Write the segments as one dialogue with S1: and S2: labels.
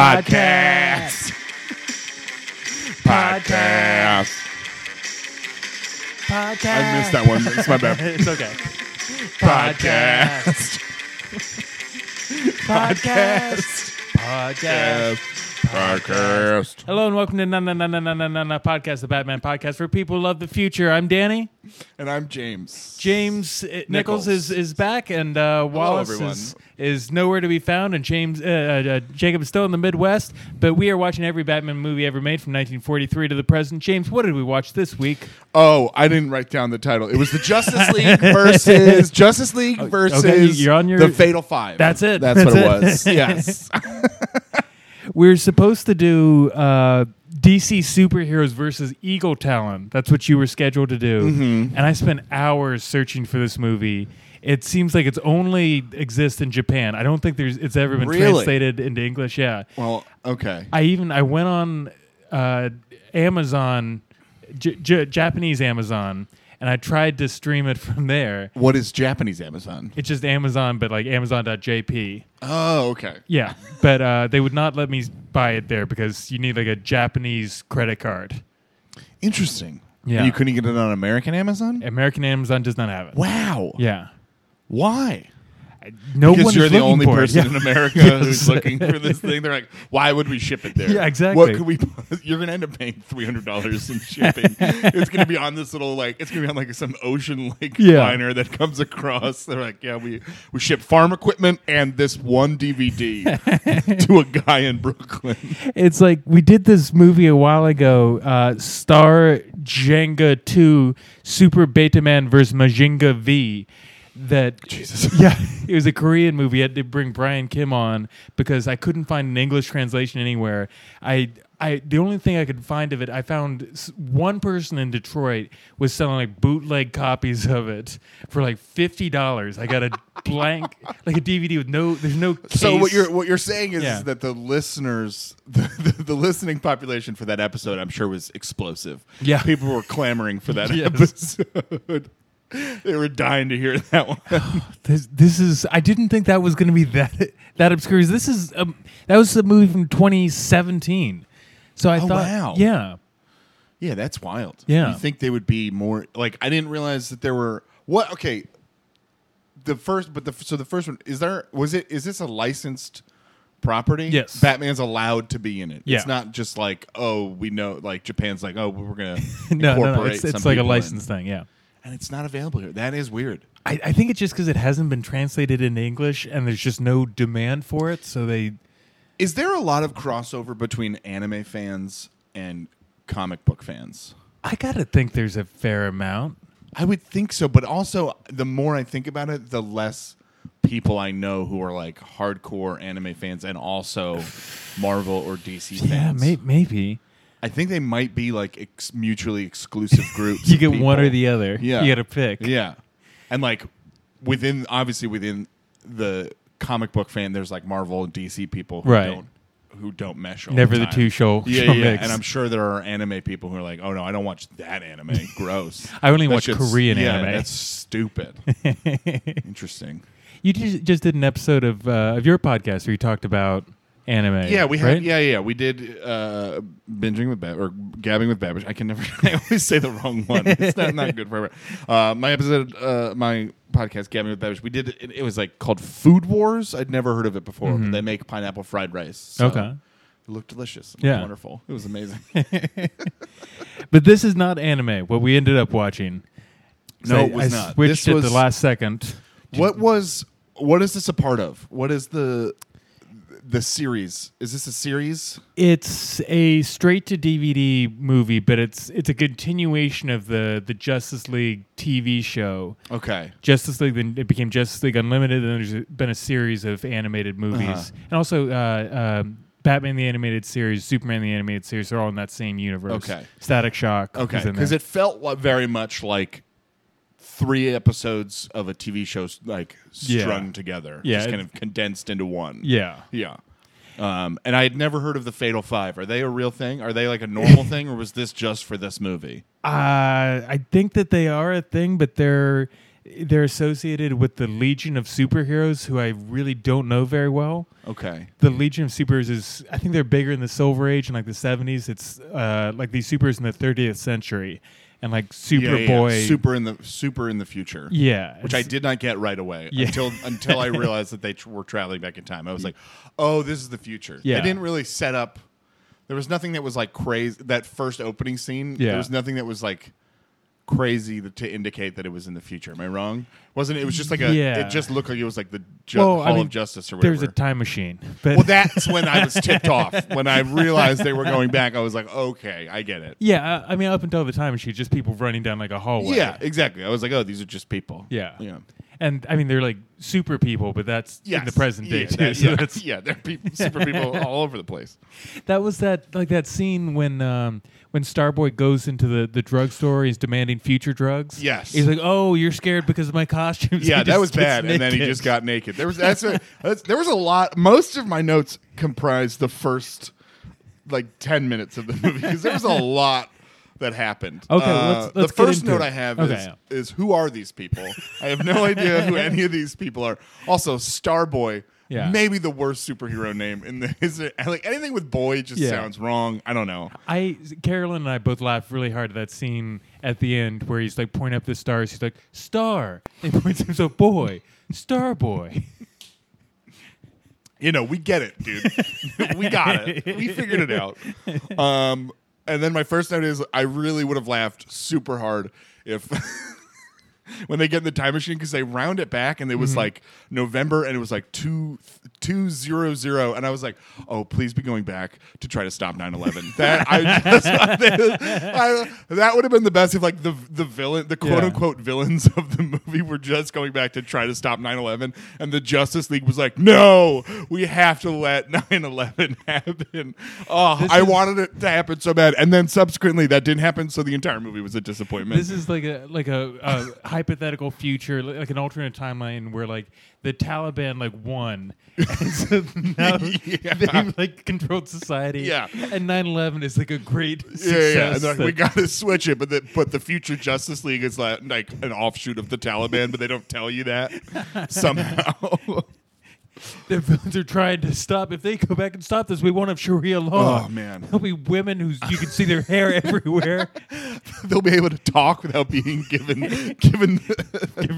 S1: Podcast. Podcast.
S2: Podcast.
S1: I missed that one. It's my bad.
S2: it's okay.
S1: Podcast.
S2: Podcast. Podcast.
S1: Podcast.
S2: Hello and welcome to Na Na Na Na Na Na Na Na Podcast, the Batman podcast for people who love the future. I'm Danny.
S1: And I'm James.
S2: James uh,
S1: Nichols.
S2: Nichols, is, is back, and uh, Wallace
S1: everyone.
S2: is, is nowhere to be found, and James uh, uh, uh, Jacob is still in the Midwest. But we are watching every Batman movie ever made from 1943 to the present. James, what did we watch this week?
S1: Oh, I didn't write down the title. It was the Justice League versus Justice League versus
S2: you're on your-
S1: the Fatal Five.
S2: That's it.
S1: That's, what
S2: That's
S1: it, was. Yes.
S2: We're supposed to do uh, DC superheroes versus Eagle Talon. That's what you were scheduled to do. And I spent hours searching for this movie. It seems like it's only exists in Japan. I don't think there's it's ever been
S1: Really?
S2: translated into English. Yeah.
S1: well, okay.
S2: I even I went on uh, Amazon, J- J- Japanese Amazon, and I tried to stream it from there.
S1: What is Japanese Amazon?
S2: It's just Amazon, but like Amazon.jp.
S1: Oh, okay.
S2: Yeah, but uh, they would not let me buy it there because you need like a Japanese credit card.
S1: Interesting.
S2: Yeah.
S1: And you couldn't get it on American Amazon?
S2: American Amazon does not have it.
S1: Wow.
S2: Yeah,
S1: Why?
S2: no
S1: because
S2: one
S1: you're
S2: is
S1: the
S2: looking
S1: only
S2: for it.
S1: person
S2: Yeah.
S1: in America who's
S2: Yes.
S1: looking for this thing. They're like, why would we ship it there?
S2: Yeah, exactly.
S1: What could we? You're gonna end up paying three hundred dollars in shipping. it's gonna be on this little like, it's gonna be on like some ocean like
S2: Yeah.
S1: liner that comes across. They're like, yeah, we we ship farm equipment and this one DVD to a guy in Brooklyn.
S2: It's like we did this movie a while ago, uh, Star Jenga Two, Super Betaman versus Majinga V. That
S1: Jesus.
S2: yeah, it was a Korean movie. I had to bring Brian Kim on because I couldn't find an English translation anywhere. I. I, the only thing I could find of it, I found s- one person in Detroit was selling like bootleg copies of it for like fifty dollars. I got a blank, like a DVD with no, there's no. Case.
S1: So what you're what you're saying is,
S2: Yeah.
S1: that the listeners, the, the, the listening population for that episode, I'm sure was explosive.
S2: Yeah.
S1: people were clamoring for that
S2: Yes.
S1: episode. they were dying to hear that one.
S2: This, this is. I didn't think that was going to be that that obscure. This is. Um, that was a movie from 2017. So I
S1: Oh,
S2: thought.
S1: wow.
S2: Yeah.
S1: yeah, that's wild.
S2: Yeah.
S1: you think they would be more like? I didn't realize that there were what? Okay, the first, but the so the first one is there. Was it? Is this a licensed? property
S2: Yes.
S1: batman's allowed to be in it
S2: Yeah.
S1: it's not just like oh we know like japan's like oh we're gonna
S2: No, no, no.
S1: incorporate
S2: It's,
S1: some
S2: it's like a
S1: people in.
S2: license thing. Yeah.
S1: and it's not available here that is weird
S2: I, I think it's just because it hasn't been translated into English and there's just no demand for it. So they.
S1: Is there a lot of crossover between anime fans and comic book fans?
S2: I gotta think there's a fair amount.
S1: I would think so, but also the more I think about it, the less people I know who are like hardcore anime fans and also Marvel or DC fans.
S2: Yeah, may, maybe.
S1: I think they might be like ex- mutually exclusive groups.
S2: You
S1: of
S2: get one or
S1: people.
S2: the other.
S1: Yeah.
S2: You gotta pick.
S1: Yeah. And like within obviously within the comic book fan there's like Marvel and DC people who
S2: Right.
S1: don't who don't mesh all
S2: Never
S1: the,
S2: the
S1: time.
S2: two shall-
S1: yeah,
S2: shall
S1: yeah.
S2: mix.
S1: And I'm sure there are anime people who are like, "Oh no, I don't watch that anime. Gross.
S2: I only
S1: That
S2: watch
S1: shit's-
S2: Korean
S1: yeah,
S2: anime."
S1: That's stupid." Interesting.
S2: You just, just did an episode of uh, of your podcast where you talked about anime.
S1: Yeah, we had
S2: right?
S1: yeah, yeah. We did uh binging with Bab or gabbing with Babbage. I can never I always say the wrong one. It's not, not good for uh my episode uh my podcast gabbing with Babbage. We did it, it was like called Food Wars. I'd never heard of it before. But they make pineapple fried rice. So
S2: Mm-hmm. Okay.
S1: It looked delicious. It
S2: Yeah.
S1: looked wonderful. It was amazing.
S2: But this is not anime. What we ended up watching.
S1: No,
S2: I-
S1: it was
S2: I
S1: not.
S2: Switched
S1: This
S2: at
S1: was-
S2: the last second.
S1: what was what is this a part of? What is the the series? Is this a series?
S2: It's a straight to DVD movie, but it's it's a continuation of the the Justice League TV show.
S1: Okay.
S2: Justice League then it became Justice League Unlimited, and there's been a series of animated movies,
S1: Uh-huh.
S2: and also uh, um, Batman the animated series, Superman the animated series. They're all in that same universe.
S1: Okay.
S2: Static Shock. is
S1: Okay,
S2: in
S1: because
S2: there.
S1: it felt li- very much like three episodes of a TV show, s- like
S2: Yeah.
S1: strung together,
S2: Yeah,
S1: just kind of
S2: it-
S1: condensed into one.
S2: yeah.
S1: yeah. Um, and I had never heard of the Fatal Five. Are they a real thing? Are they like a normal thing, or was this just for this movie?
S2: Uh, I think that they are a thing, but they're they're associated with the Legion of Superheroes, who I really don't know very well.
S1: Okay.
S2: The Legion of Superheroes is, I think they're bigger in the Silver Age and like the 70s. It's uh, like these supers in the 30th century and like
S1: Yeah,
S2: Superboy.
S1: yeah, yeah. Super in the super in the future.
S2: Yeah,
S1: Which I
S2: it's-
S1: did not get right away
S2: Yeah.
S1: until until I realized that they tr- were traveling back in time. I was like, "Oh, this is the future."
S2: Yeah.
S1: They didn't really set up. There was nothing that was like crazy. That first opening scene,
S2: Yeah.
S1: there was nothing that was like crazy th- to indicate that it was in the future. Am I wrong? Wasn't it? It was just like a.
S2: Yeah.
S1: It just looked like it was like the ju-
S2: Well, I
S1: Hall
S2: mean,
S1: of Justice or whatever.
S2: There's a time machine. But
S1: well, that's when I was tipped off. When I realized they were going back, I was like, "Okay, I get it."
S2: yeah, uh, I, I mean, up until the time machine, just people running down like a hallway.
S1: Yeah, exactly. I was like, "Oh, these are just people."
S2: Yeah.
S1: Yeah.
S2: And I mean, they're like super people, but that's in the
S1: Yes.
S2: present day
S1: Yeah,
S2: too.
S1: that-
S2: so
S1: yeah,
S2: that's
S1: yeah, there are people, super people all over the place.
S2: that was that like that scene when um, when Starboy goes into the the drugstore, he's demanding future drugs.
S1: Yes.
S2: he's like, "Oh, you're scared because of my costumes."
S1: Yeah,
S2: He
S1: that
S2: just
S1: was
S2: gets
S1: bad, and then he
S2: naked.
S1: just got naked. There was that's a that's, there was a lot. Most of my notes comprised the first like ten minutes of the movie because there was a lot that happened. Uh,
S2: Okay, let's- let's
S1: the
S2: get
S1: first
S2: into
S1: note
S2: it.
S1: I have
S2: Okay.
S1: is is who are these people? I have no idea who any of these people are. Also, Starboy.
S2: Yeah.
S1: Maybe the worst superhero name in the is it, like anything with boy just
S2: Yeah.
S1: sounds wrong. I don't know.
S2: I Carolyn and I both laughed really hard at that scene at the end where he's like pointing up the stars. He's like, "Star," and he points at himself, "Boy, Star Boy."
S1: you know, we get it, dude. we got it. We figured it out. Um, and then my first note is I really would have laughed super hard if when they get in the time machine because they round it back and it was like November and it was like two two zero zero and I was like, oh, please be going back to try to stop 9-11. That I just I- that would have been the best if like the the villain the quote
S2: Yeah.
S1: unquote villains of the movie were just going back to try to stop 9-11 and the Justice League was like, no, we have to let 9-11 happen. Oh, I
S2: is-
S1: wanted it to happen so bad. And then subsequently that didn't happen, so the entire movie was a disappointment.
S2: This is like a like a, a hypothetical future, li- like an alternate timeline where like the Taliban like won, and so now
S1: Yeah.
S2: they like controlled society.
S1: Yeah.
S2: and 9-11 is like a great
S1: Yeah, yeah, yeah.
S2: success.
S1: And they're like, we
S2: that-
S1: got to switch it, but the, but the future Justice League is like, like an offshoot of the Taliban, but they don't tell you that somehow.
S2: their villains are trying to stop. If they go back and stop this, we won't have Sharia law.
S1: Oh, man.
S2: there'll be women who you can see their hair everywhere.
S1: They'll be able to talk without being given given,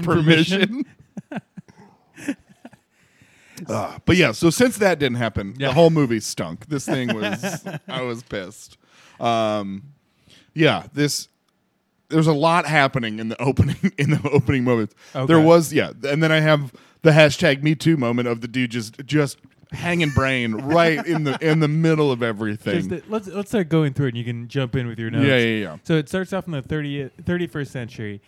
S1: permission.
S2: permission.
S1: Ah, but yeah, so since that didn't happen,
S2: Yeah.
S1: the whole movie stunk. This thing was I was pissed. Um, yeah, this there's a lot happening in the opening in the opening moments.
S2: Okay.
S1: There was yeah, and then I have the hashtag Me Too moment of the dude just just hanging brain right in the in the middle of
S2: There's
S1: everything.
S2: the- let's let's start going through it, and you can jump in with your notes.
S1: Yeah, yeah, yeah.
S2: So it starts off in the 30th, 31st century.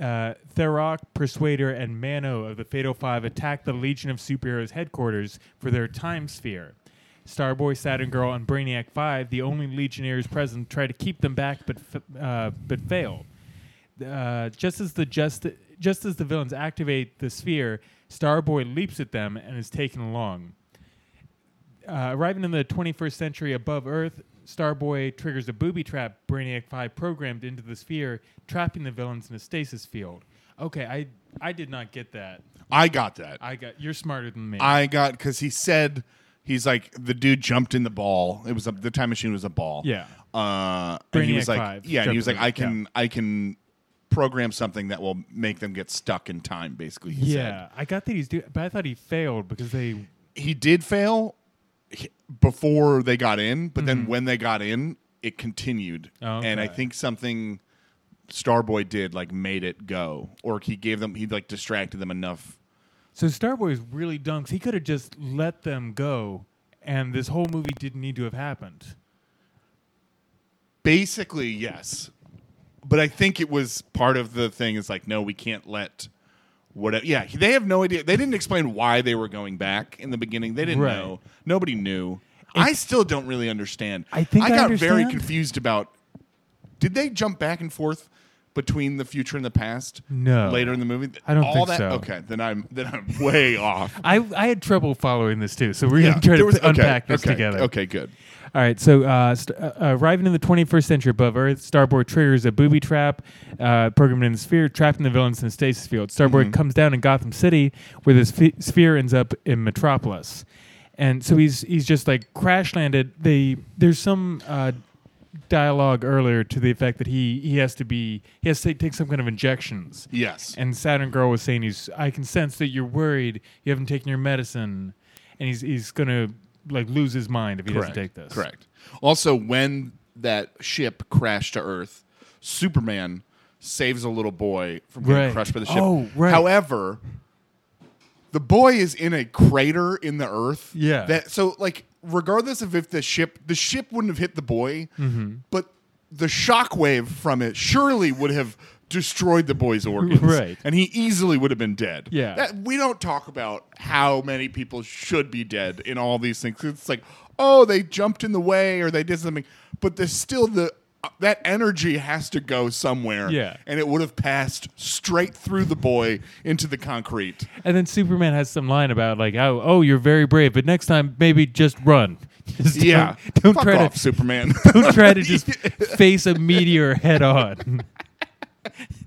S2: Uh, Therok, Persuader, and Mano of the Fatal Five attack the Legion of Superheroes headquarters for their time sphere. Starboy, Saturn Girl, and Brainiac Five, the only Legionnaires present, try to keep them back, but f- uh, but fail. Uh, just as the just just as the villains activate the sphere, Starboy leaps at them and is taken along. Uh, arriving in the 21st century above Earth, Starboy triggers a booby trap Brainiac 5 programmed into the sphere, trapping the villains in a stasis field. Okay, I I did not get that.
S1: I got that.
S2: I got you're smarter than me.
S1: I got because he said he's like the dude jumped in the ball. It was a, the time machine was a ball.
S2: Yeah.
S1: Uh, and he
S2: Brainiac
S1: was like,
S2: five
S1: yeah, and he
S2: jumped
S1: was
S2: in
S1: like,
S2: the-
S1: I can, I can program something that will make them get stuck in time. Basically, he said
S2: yeah, I got that he's doing, but I thought he failed because they.
S1: he did fail h- before they got in, but then when they got in, it continued,
S2: Oh, okay.
S1: and I think something. Starboy did like made it go, or he gave them he like distracted them enough.
S2: So Starboy is really dunks. He could have just let them go, and this whole movie didn't need to have happened.
S1: Basically, yes. But I think it was part of the thing is like, no, we can't let whatever. Yeah, they have no idea. They didn't explain why they were going back in the beginning. They didn't
S2: Right.
S1: know. Nobody knew. I still don't really understand.
S2: I think I
S1: got very
S2: understand.
S1: confused about. Did they jump back and forth between the future and the past?
S2: No.
S1: Later in the movie,
S2: I don't
S1: all
S2: think
S1: that.
S2: so.
S1: Okay, then I'm then I'm way off.
S2: I, I had trouble following this too, so we're gonna try to
S1: there was-
S2: p- unpack this
S1: okay,
S2: together.
S1: Okay, good.
S2: All right, so uh, st- uh, arriving in the 21st century above Earth, Starboard triggers a booby trap uh, programmed in the sphere, trapping the villains in the stasis field. Starboard
S1: Mm-hmm.
S2: comes down in Gotham City, where the sphe- sphere ends up in Metropolis, and so he's he's just like crash landed. They there's some. Uh, dialogue earlier to the effect that he he has to be he has to take, take some kind of injections
S1: Yes.
S2: and Saturn Girl was saying he's I can sense that you're worried. You haven't taken your medicine, and he's he's gonna like lose his mind if he
S1: Correct.
S2: doesn't take this.
S1: Correct. Also, when that ship crashed to Earth, Superman saves a little boy from getting
S2: Right.
S1: crushed by the ship.
S2: Oh, right.
S1: However, the boy is in a crater in the Earth.
S2: Yeah.
S1: That so like regardless of if the ship the ship wouldn't have hit the boy,
S2: Mm-hmm.
S1: but the shockwave from it surely would have destroyed the boy's organs.
S2: Right.
S1: And he easily would have been dead.
S2: Yeah.
S1: That- we don't talk about how many people should be dead in all these things. It's like, oh, they jumped in the way or they did something, but there's still the uh, that energy has to go somewhere.
S2: Yeah.
S1: And it would have passed straight through the boy into the concrete.
S2: And then Superman has some line about like, oh, oh, you're very brave, but next time maybe just run. Just don't-
S1: Yeah.
S2: Don't,
S1: Fuck
S2: try
S1: off,
S2: to
S1: Superman.
S2: don't try to just face a meteor head on.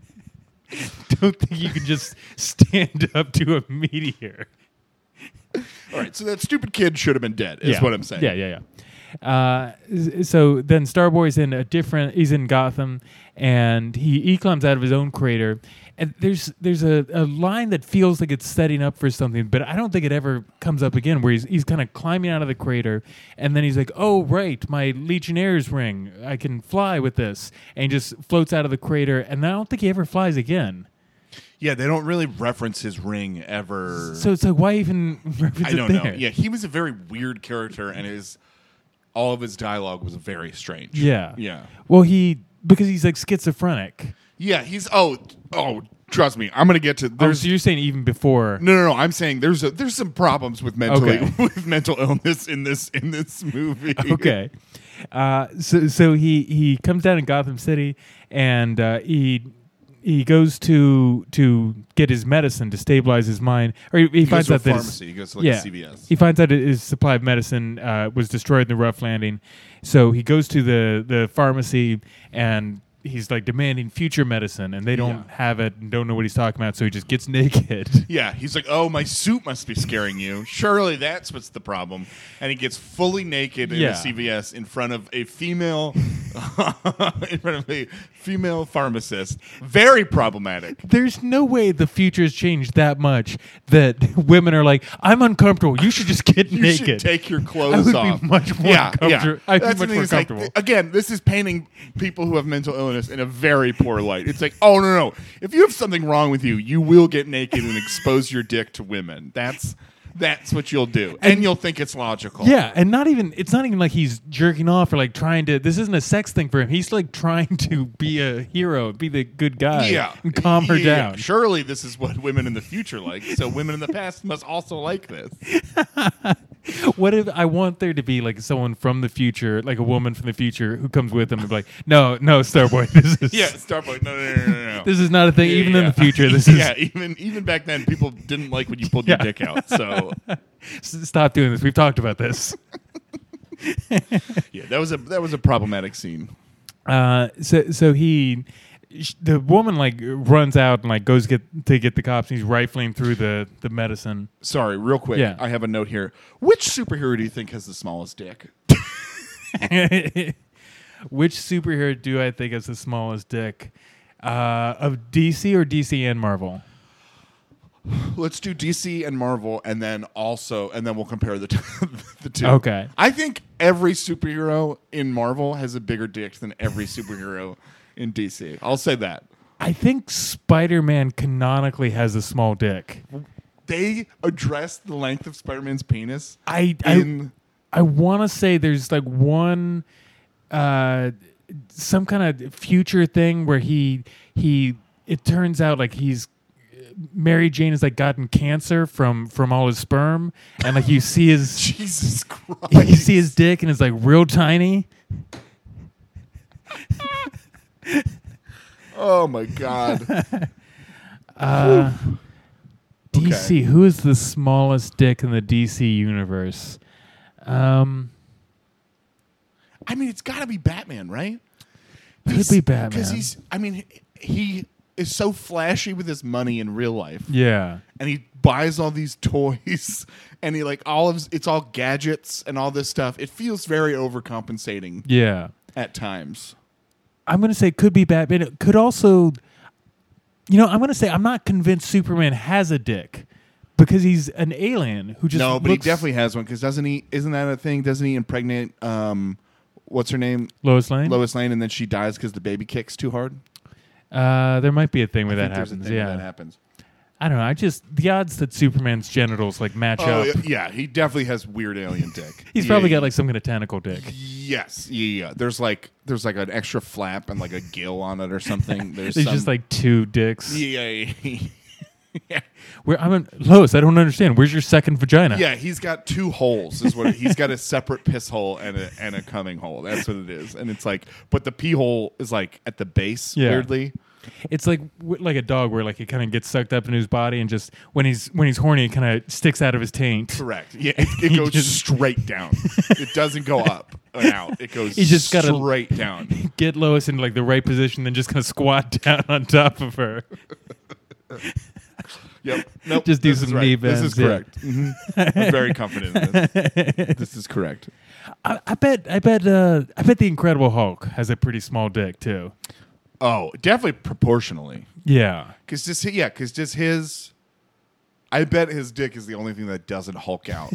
S2: don't think you can just stand up to a meteor.
S1: all right. So that stupid kid should have been dead, is
S2: yeah.
S1: what I'm saying.
S2: Yeah, yeah, yeah. Uh, s- so then Starboy's in a different. He's in Gotham, and he he climbs out of his own crater. And there's there's a, a line that feels like it's setting up for something, but I don't think it ever comes up again. Where he's he's kind of climbing out of the crater, and then he's like, "Oh right, my Legionnaire's ring. I can fly with this," and he just floats out of the crater. And I don't think he ever flies again.
S1: Yeah, they don't really reference his ring ever.
S2: So it's like, why even reference
S1: I
S2: it
S1: don't know.
S2: there?
S1: Yeah, he was a very weird character, and his all of his dialogue was very strange.
S2: yeah,
S1: yeah,
S2: Well, he because he's like schizophrenic.
S1: yeah. He's oh oh. Trust me, I'm gonna get to
S2: Oh,
S1: there's.
S2: so you're saying even before?
S1: no, no, no. I'm saying there's a, there's some problems with mentally
S2: Okay.
S1: with mental illness in this in this movie.
S2: Okay. Uh, so so he he comes down in Gotham City and uh, he he goes to to get his medicine to stabilize his mind, or he, he
S1: he goes
S2: finds
S1: to a
S2: out that his-
S1: pharmacy. He goes to like a CVS.
S2: He finds out his supply of medicine uh, was destroyed in the rough landing, so he goes to the the pharmacy and he's like demanding future medicine, and they don't
S1: Yeah.
S2: have it and don't know what he's talking about, so he just gets naked.
S1: yeah, he's like, "Oh, my suit must be scaring you. Surely that's what's the problem." And he gets fully naked in
S2: Yeah.
S1: a CVS in front of a female, in front of a female pharmacist. Very problematic.
S2: There's no way the future's changed that much that women are like, I'm uncomfortable. You should just get
S1: You
S2: naked.
S1: should take your
S2: I
S1: clothes
S2: would be
S1: off.
S2: much more comfortable- I'd be
S1: That's the
S2: much
S1: thing,
S2: more
S1: it's like,
S2: comfortable.
S1: th- again, this is painting people who have mental illness in a very poor light. It's like, oh no, no, if you have something wrong with you, you will get naked and expose your dick to women. That's that's what you'll do, and, you'll think it's logical.
S2: yeah, and not even it's not even like he's jerking off or like trying to. This isn't a sex thing for him. He's like trying to be a hero, be the good guy,
S1: Yeah,
S2: and calm her
S1: Yeah.
S2: down.
S1: Surely this is what women in the future like. So women in the past must also like this.
S2: What if I want there to be like someone from the future, like a woman from the future, who comes with him and be like, no, no, Starboy, this is
S1: Yeah, Starboy. No, no, no, no, no, no.
S2: this is not a thing.
S1: Yeah,
S2: even in
S1: yeah.
S2: the future, this is
S1: yeah. Even even back then, people didn't like when you pulled your
S2: Yeah.
S1: dick out. So
S2: s- stop doing this. We've talked about this.
S1: Yeah, that was a that was a problematic scene.
S2: Uh, so so he sh- the woman like runs out and like goes get to get the cops and he's rifling through the the medicine
S1: Sorry, real quick.
S2: Yeah.
S1: I have a note here. Which superhero do you think has the smallest dick?
S2: which superhero do i think is the smallest dick uh, of dc or dc and marvel
S1: Let's do DC and Marvel, and then also, and then we'll compare the, t- the two.
S2: Okay.
S1: I think every superhero in Marvel has a bigger dick than every superhero in DC. I'll say that
S2: i think spider-man canonically has a small dick
S1: they address the length of Spider-Man's penis.
S2: i
S1: in
S2: i, I want to say there's like one uh some kind of future thing where he he it turns out like he's Mary Jane has like gotten cancer from from all his sperm, and like you see his
S1: Jesus Christ.
S2: you see his dick, and it's like real tiny.
S1: Oh my god.
S2: DC. Who is the smallest dick in the DC universe? Um,
S1: I mean, it's got to be Batman, right?
S2: Could be Batman.
S1: Because he's. I mean, he is so flashy with his money in real life,
S2: yeah.
S1: and he buys all these toys, and he like all of his- it's all gadgets and all this stuff. It feels very overcompensating
S2: Yeah.
S1: at times.
S2: I'm going to say could be Batman. It could also, you know, I'm going to say I'm not convinced Superman has a dick because he's an alien who just
S1: no, but
S2: looks-
S1: he definitely has one because doesn't he? Isn't that a thing? Doesn't he impregnate? Um, what's her name?
S2: Lois Lane.
S1: Lois Lane, and then she dies because the baby kicks too hard.
S2: uh, there might be a thing where
S1: I think
S2: that
S1: there's a
S2: happens.
S1: thing where
S2: Yeah,
S1: that happens.
S2: I don't know. I just the odds that Superman's genitals like match
S1: Oh
S2: up.
S1: yeah, yeah, he definitely has weird alien dick.
S2: He's
S1: Yeah,
S2: probably
S1: yeah,
S2: got like some kind of tentacle dick.
S1: Yes, yeah, yeah. There's like there's like an extra flap and like a gill on it or something. There's
S2: There's
S1: some,
S2: just like two dicks.
S1: yeah, yeah, yeah.
S2: Where I'm in, Lois, I don't understand. Where's your second vagina?
S1: Yeah, he's got two holes. Is what he's got a separate piss hole and a and a coming hole. That's what it is. And it's like, but the pee hole is like at the base.
S2: Yeah.
S1: Weirdly,
S2: It's like w- like a dog where like it kind of gets sucked up in his body and just when he's when he's horny, it kind of sticks out of his taint.
S1: correct. Yeah, it, it
S2: He
S1: goes
S2: just-
S1: straight down. It doesn't go up and out. It goes.
S2: He's just gotta-
S1: straight down.
S2: get Lois into like the right position, then just kind of squat down on top of her.
S1: Yep. Nope.
S2: Just do
S1: This is
S2: some knee
S1: This is
S2: bends, yeah.
S1: correct. Mhm. I'm very confident in this. This is correct.
S2: I, I bet, I bet, uh, I bet the Incredible Hulk has a pretty small dick too.
S1: Oh, definitely proportionally.
S2: Yeah,
S1: Because just hi- yeah, because just his. I bet his dick is the only thing that doesn't Hulk out,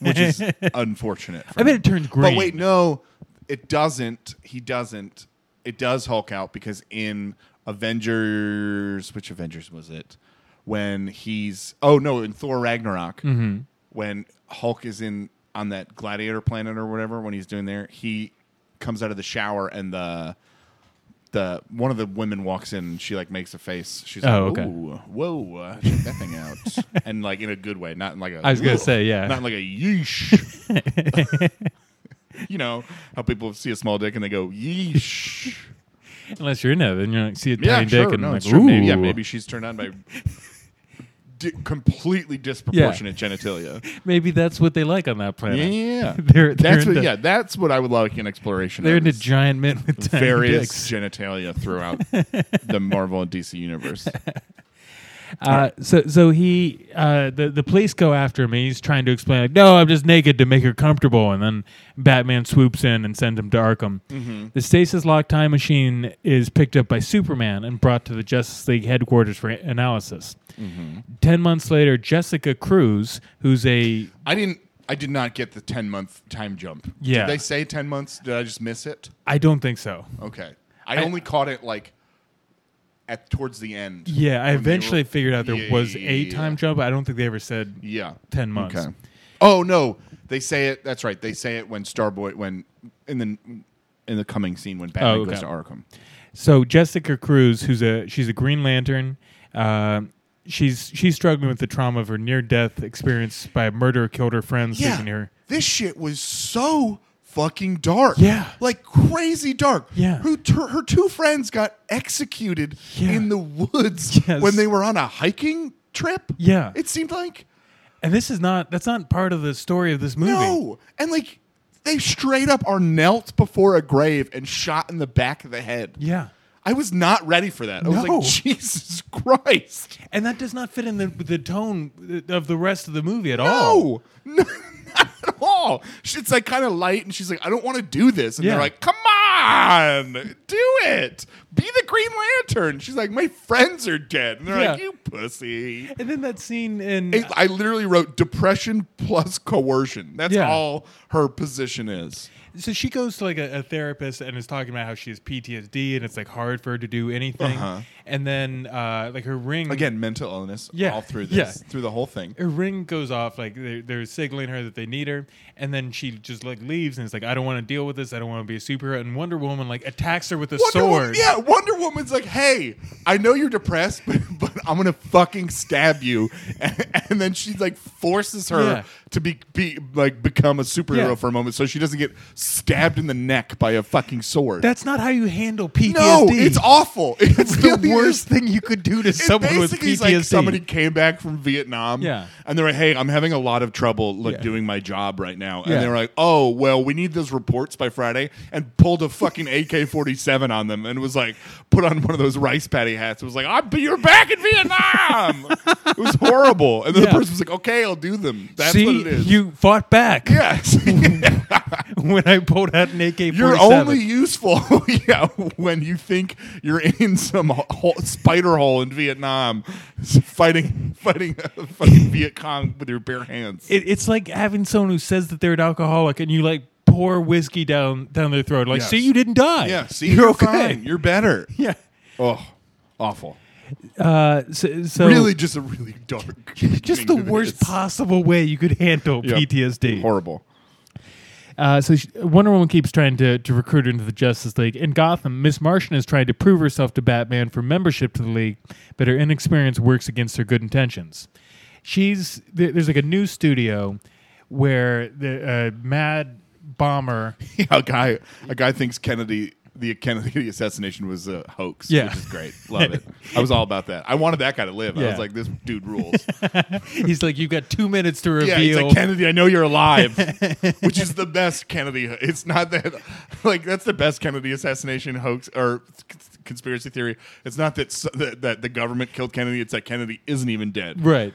S1: which is unfortunate. For
S2: I bet
S1: him.
S2: it turns green.
S1: But wait, no, it doesn't. He doesn't. It does Hulk out because in Avengers, which Avengers was it? When he's oh no, in Thor Ragnarok,
S2: Mm-hmm.
S1: when Hulk is in on that gladiator planet or whatever, when he's doing there, he comes out of the shower and the the one of the women walks in and she like makes a face. She's
S2: Oh,
S1: like,
S2: okay.
S1: Ooh, whoa, uh, check that thing out. and like in a good way, not in like a
S2: I was gonna
S1: "Ugh,"
S2: say, yeah.
S1: Not in like a yeesh. you know, how people see a small dick and they go, yeesh.
S2: Unless you're in it, then you like, see a
S1: yeah,
S2: tiny
S1: sure.
S2: dick and
S1: no,
S2: like,
S1: it's true. Maybe, yeah,
S2: ooh.
S1: maybe she's turned on by di- completely disproportionate genitalia.
S2: Maybe that's what they like on that planet.
S1: Yeah.
S2: They're- they're
S1: that's what,
S2: into-
S1: yeah, that's what I would like in exploration.
S2: They're
S1: of
S2: into
S1: is
S2: giant men with tiny
S1: various
S2: dicks.
S1: genitalia throughout the Marvel and DC universe.
S2: Uh, so, so he, uh, the the police go after him. And he's trying to explain, like, no, I'm just naked to make her comfortable. And then Batman swoops in and sends him to Arkham.
S1: Mm-hmm.
S2: The stasis lock time machine is picked up by Superman and brought to the Justice League headquarters for analysis.
S1: Mm-hmm.
S2: Ten months later, Jessica Cruz, who's a
S1: I didn't. I did not get the ten month time jump.
S2: Yeah.
S1: Did they say ten months? Did I just miss it?
S2: I don't think so.
S1: Okay. I, only caught it like at towards the end.
S2: Yeah, I
S1: When they were-
S2: eventually figured out there
S1: Yeah,
S2: was
S1: yeah,
S2: a
S1: yeah,
S2: time
S1: yeah.
S2: jump. I don't think they ever said
S1: Yeah.
S2: ten months.
S1: Okay. Oh no, they say it. That's right. They say it when Starboy when in the in the coming scene when Batman
S2: Oh, okay.
S1: goes to Arkham.
S2: So Jessica Cruz, who's a she's a Green Lantern, uh, she's she's struggling with the trauma of her near death experience by a murderer killed her friend sleeping near. her.
S1: This shit was so fucking dark.
S2: Yeah.
S1: Like crazy dark.
S2: Yeah.
S1: Her, tur- her two friends got executed
S2: Yeah.
S1: in the woods
S2: Yes.
S1: when they were on a hiking trip.
S2: Yeah.
S1: It seemed like.
S2: And this is not that's not part of the story of this movie.
S1: No. And like they straight up are knelt before a grave and shot in the back of the head.
S2: Yeah.
S1: I was not ready for that. I was
S2: No.
S1: like, Jesus Christ.
S2: And that does not fit in the the tone of the rest of the movie at all.
S1: No. No. Not at all. She- It's like kind of light, and she's like, I don't want to do this. And
S2: Yeah.
S1: they're like, Come on, do it. Be the Green Lantern. She's like, My friends are dead. And they're like,
S2: Yeah.
S1: You pussy.
S2: And then that scene in
S1: It- I literally wrote depression plus coercion. That's
S2: Yeah.
S1: all her position is.
S2: so she goes to like a, a therapist and is talking about how she has PTSD and it's like hard for her to do anything.
S1: Uh-huh.
S2: And then uh, like her ring
S1: Again, mental illness
S2: Yeah.
S1: all through this,
S2: Yeah.
S1: through the whole thing.
S2: her ring goes off like they're, they're signaling her that they need her and then she just like leaves and it's like i don't want to deal with this i don't want to be a superhero and wonder woman like attacks her with a
S1: Wonder
S2: sword
S1: Woman, yeah, Wonder Woman's like, hey, I know you're depressed, but, but I'm gonna fucking stab you, and, and then she like forces her
S2: Yeah.
S1: to be, be like become a superhero
S2: Yeah.
S1: for a moment, so she doesn't get stabbed in the neck by a fucking sword.
S2: That's not how you handle PTSD.
S1: no, it's awful. It's
S2: It's the
S1: really
S2: worst thing you could do to
S1: It
S2: someone with
S1: basically
S2: PTSD.
S1: is like somebody came back from Vietnam,
S2: Yeah.
S1: and they're like, "Hey, I'm having a lot of trouble like
S2: Yeah.
S1: doing my job right now," and
S2: Yeah.
S1: they're like, "Oh, well, we need those reports by Friday," and pulled a fucking AK-47 on them, and was like, put on one of those rice patty hats. It was like, "I'm, but you're back in Vietnam." it was horrible, and then
S2: Yeah.
S1: the person was like, "Okay, I'll do them." That's
S2: See,
S1: what it is.
S2: you fought back
S1: yes,
S2: when I pulled out an AK-47.
S1: You're only useful yeah, when you think you're in some hole, spider hole in Vietnam, s- fighting fighting a fucking Viet Cong with your bare hands.
S2: It, it's like having someone who says that they're an alcoholic and you like pour whiskey down down their throat. Like,
S1: Yes.
S2: see, you didn't die.
S1: yeah, see, you're,
S2: okay.
S1: fine. You're better.
S2: Yeah.
S1: Oh, awful.
S2: Uh, so, so
S1: Really, just a really dark.
S2: just
S1: thing
S2: the
S1: to
S2: worst
S1: this.
S2: possible way you could handle
S1: Yeah.
S2: PTSD.
S1: Horrible.
S2: Uh, so she, Wonder Woman keeps trying to, to recruit her into the Justice League. In Gotham, Miss Martian is trying to prove herself to Batman for membership to the League, but her inexperience works against her good intentions. She's there, there's like a new studio where the uh, Mad Bomber.
S1: Yeah, a guy a guy thinks Kennedy the Kennedy assassination was a hoax.
S2: Yeah.
S1: which is great. Love it. I was all about that. I wanted that guy to live. I
S2: Yeah.
S1: was like, this dude rules.
S2: He's like, you've got two minutes to
S1: Yeah, he's
S2: reveal.
S1: like Kennedy. I know you're alive, which is the best Kennedy. It's not that like that's the best Kennedy assassination hoax or cons- conspiracy theory. It's not that s- that, that the government killed Kennedy. It's that Kennedy isn't even dead.
S2: Right.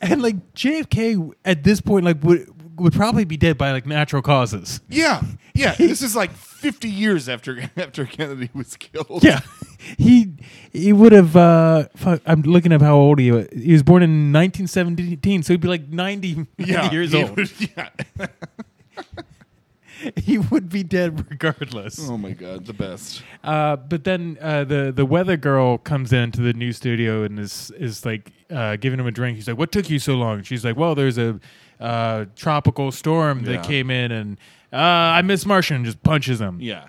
S2: And like JFK at this point, like would would probably be dead by like natural causes.
S1: Yeah, yeah. This is like 50 years after after Kennedy was killed.
S2: Yeah, he he would have. Uh, fuck, I'm looking up how old he was. He was born in 1917, so he'd be like 90, 90 years
S1: he
S2: old.
S1: was- yeah.
S2: he would be dead regardless.
S1: Oh my god, the best.
S2: Uh, but then uh, the the weather girl comes into the new studio and is is like uh, giving him a drink. He's like, "What took you so long?" She's like, "Well, there's a uh, tropical storm that
S1: Yeah.
S2: came in, and uh, I miss Martian." and Just punches him,
S1: Yeah,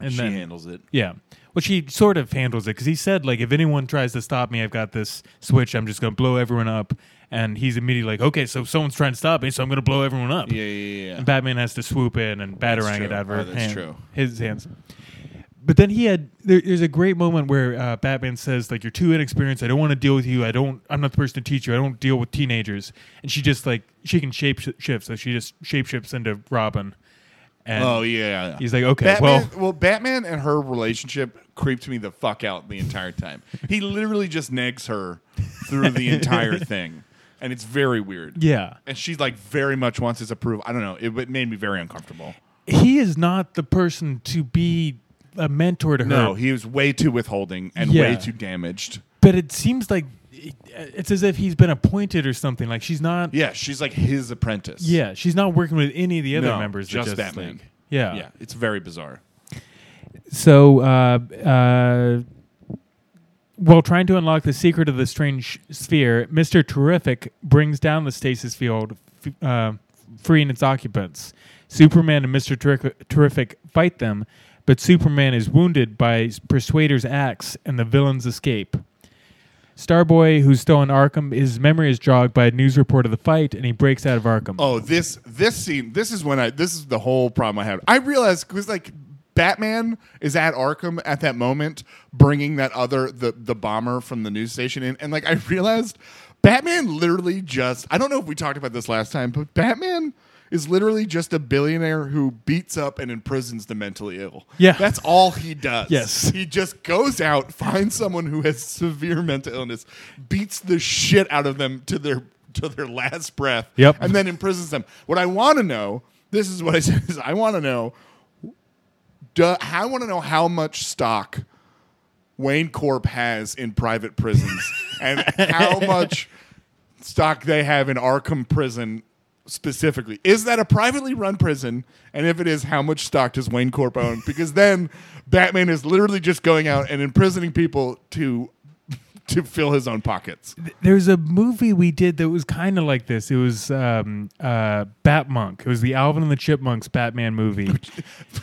S2: and
S1: she
S2: then
S1: handles it.
S2: yeah. Well, she sort of handles it because he said, like, if anyone tries to stop me, I've got this switch. I'm just going to blow everyone up. And he's immediately like, okay, so someone's trying to stop me, so I'm going to blow everyone up.
S1: Yeah, yeah, yeah.
S2: And Batman has to swoop in and batarang it
S1: true.
S2: out of her
S1: Oh, that's
S2: hand-
S1: true.
S2: his hands. But then he had there, there's a great moment where uh, Batman says like you're too inexperienced. I don't want to deal with you. I don't. I'm not the person to teach you. I don't deal with teenagers. And she just like she can shape shift, so she just shape shifts into Robin. And
S1: Oh yeah.
S2: He's like, okay,
S1: Batman,
S2: well-
S1: Batman and her relationship creeped me the fuck out the entire time. he literally just negs her through the entire thing, and it's very weird.
S2: yeah,
S1: and she like very much wants his approval. I don't know. It, it made me very uncomfortable.
S2: he is not the person to be a mentor to
S1: No,
S2: her.
S1: he was way too withholding and way
S2: Yeah.
S1: too damaged.
S2: But it seems like it- it's as if he's been appointed or something. Like she's not.
S1: Yeah, she's like his apprentice.
S2: Yeah, she's not working with any of the other
S1: No,
S2: members. of
S1: just
S2: Justice
S1: Batman.
S2: League. Yeah.
S1: yeah, it's very bizarre.
S2: So, uh, uh, while trying to unlock the secret of the strange sphere, Mister Terrific brings down the stasis field, f- uh, freeing its occupants. Superman and Mister Terrific fight them, but Superman is wounded by Persuader's axe, and the villains escape. Starboy, who's still in Arkham, his memory is jogged by a news report of the fight, and he breaks out of Arkham.
S1: Oh, this this scene. This is when I. This is the whole problem I had. I realized because like Batman is at Arkham at that moment, bringing that other the the bomber from the news station in, and like I realized Batman literally just. I don't know if we talked about this last time, but Batman. Is literally just a billionaire who beats up and imprisons the mentally ill.
S2: Yeah.
S1: That's all he does.
S2: Yes.
S1: He just goes out, finds someone who has severe mental illness, beats the shit out of them to their to their last breath,
S2: Yep.
S1: and then imprisons them. What I want to know, this is what I said, is I want to know, do, I want to know how much stock Wayne Corp has in private prisons and how much stock they have in Arkham Prison specifically. Is that a privately run prison? And if it is, how much stock does Wayne Corp own? Because then Batman is literally just going out and imprisoning people to to fill his own pockets.
S2: There's a movie we did that was kind of like this. It was um, uh, Bat Monk. It was the Alvin and the Chipmunks Batman movie.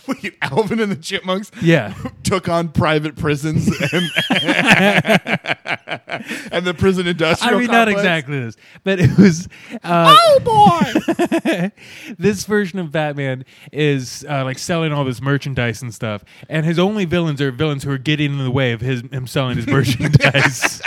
S1: Wait, Alvin and the Chipmunks
S2: Yeah.
S1: took on private prisons and, and the prison
S2: I
S1: industrial.
S2: mean, not
S1: complex.
S2: exactly this, but it was. Uh,
S1: Oh boy!
S2: this version of Batman is uh, like selling all this merchandise and stuff, and his only villains are villains who are getting in the way of his him selling his merchandise.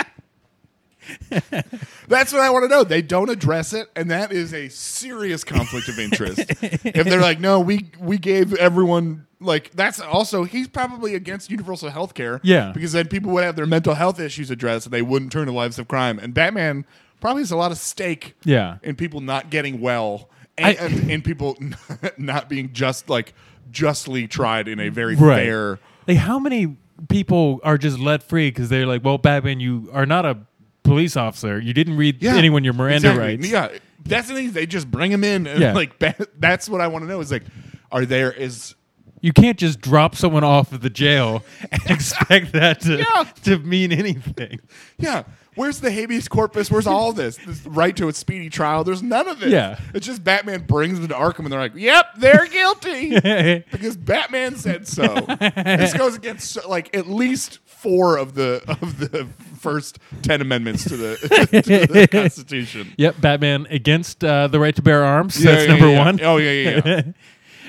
S1: That's what I want to know. They don't address it, and that is a serious conflict of interest. if they're like, no, we we gave everyone like that's also he's probably against universal health care.
S2: Yeah.
S1: Because then people would have their mental health issues addressed and they wouldn't turn to lives of crime. And Batman probably has a lot of stake
S2: Yeah.
S1: in people not getting well and,
S2: I-
S1: and, and people not being just like justly tried in a very
S2: Right.
S1: fair
S2: like, how many people are just let free because they're like, "Well, Batman, you are not a police officer. You didn't read anyone your Miranda
S1: exactly.
S2: rights."
S1: Yeah, that's the thing. They just bring him in, and
S2: Yeah.
S1: like ba- that's what I want to know. Is like, are there is
S2: You can't just drop someone off at the jail and expect that to
S1: Yeah.
S2: to mean anything.
S1: yeah? Where's the habeas corpus? Where's all this? This right to a speedy trial? There's none of it.
S2: Yeah.
S1: it's just Batman brings them to Arkham, and they're like, "Yep, they're guilty because Batman said so." this goes against so- like at least four of the of the first ten amendments to the, to the Constitution.
S2: Yep, Batman against uh, the right to bear arms.
S1: Yeah,
S2: that's
S1: yeah,
S2: number
S1: yeah.
S2: one.
S1: Oh yeah, yeah, yeah.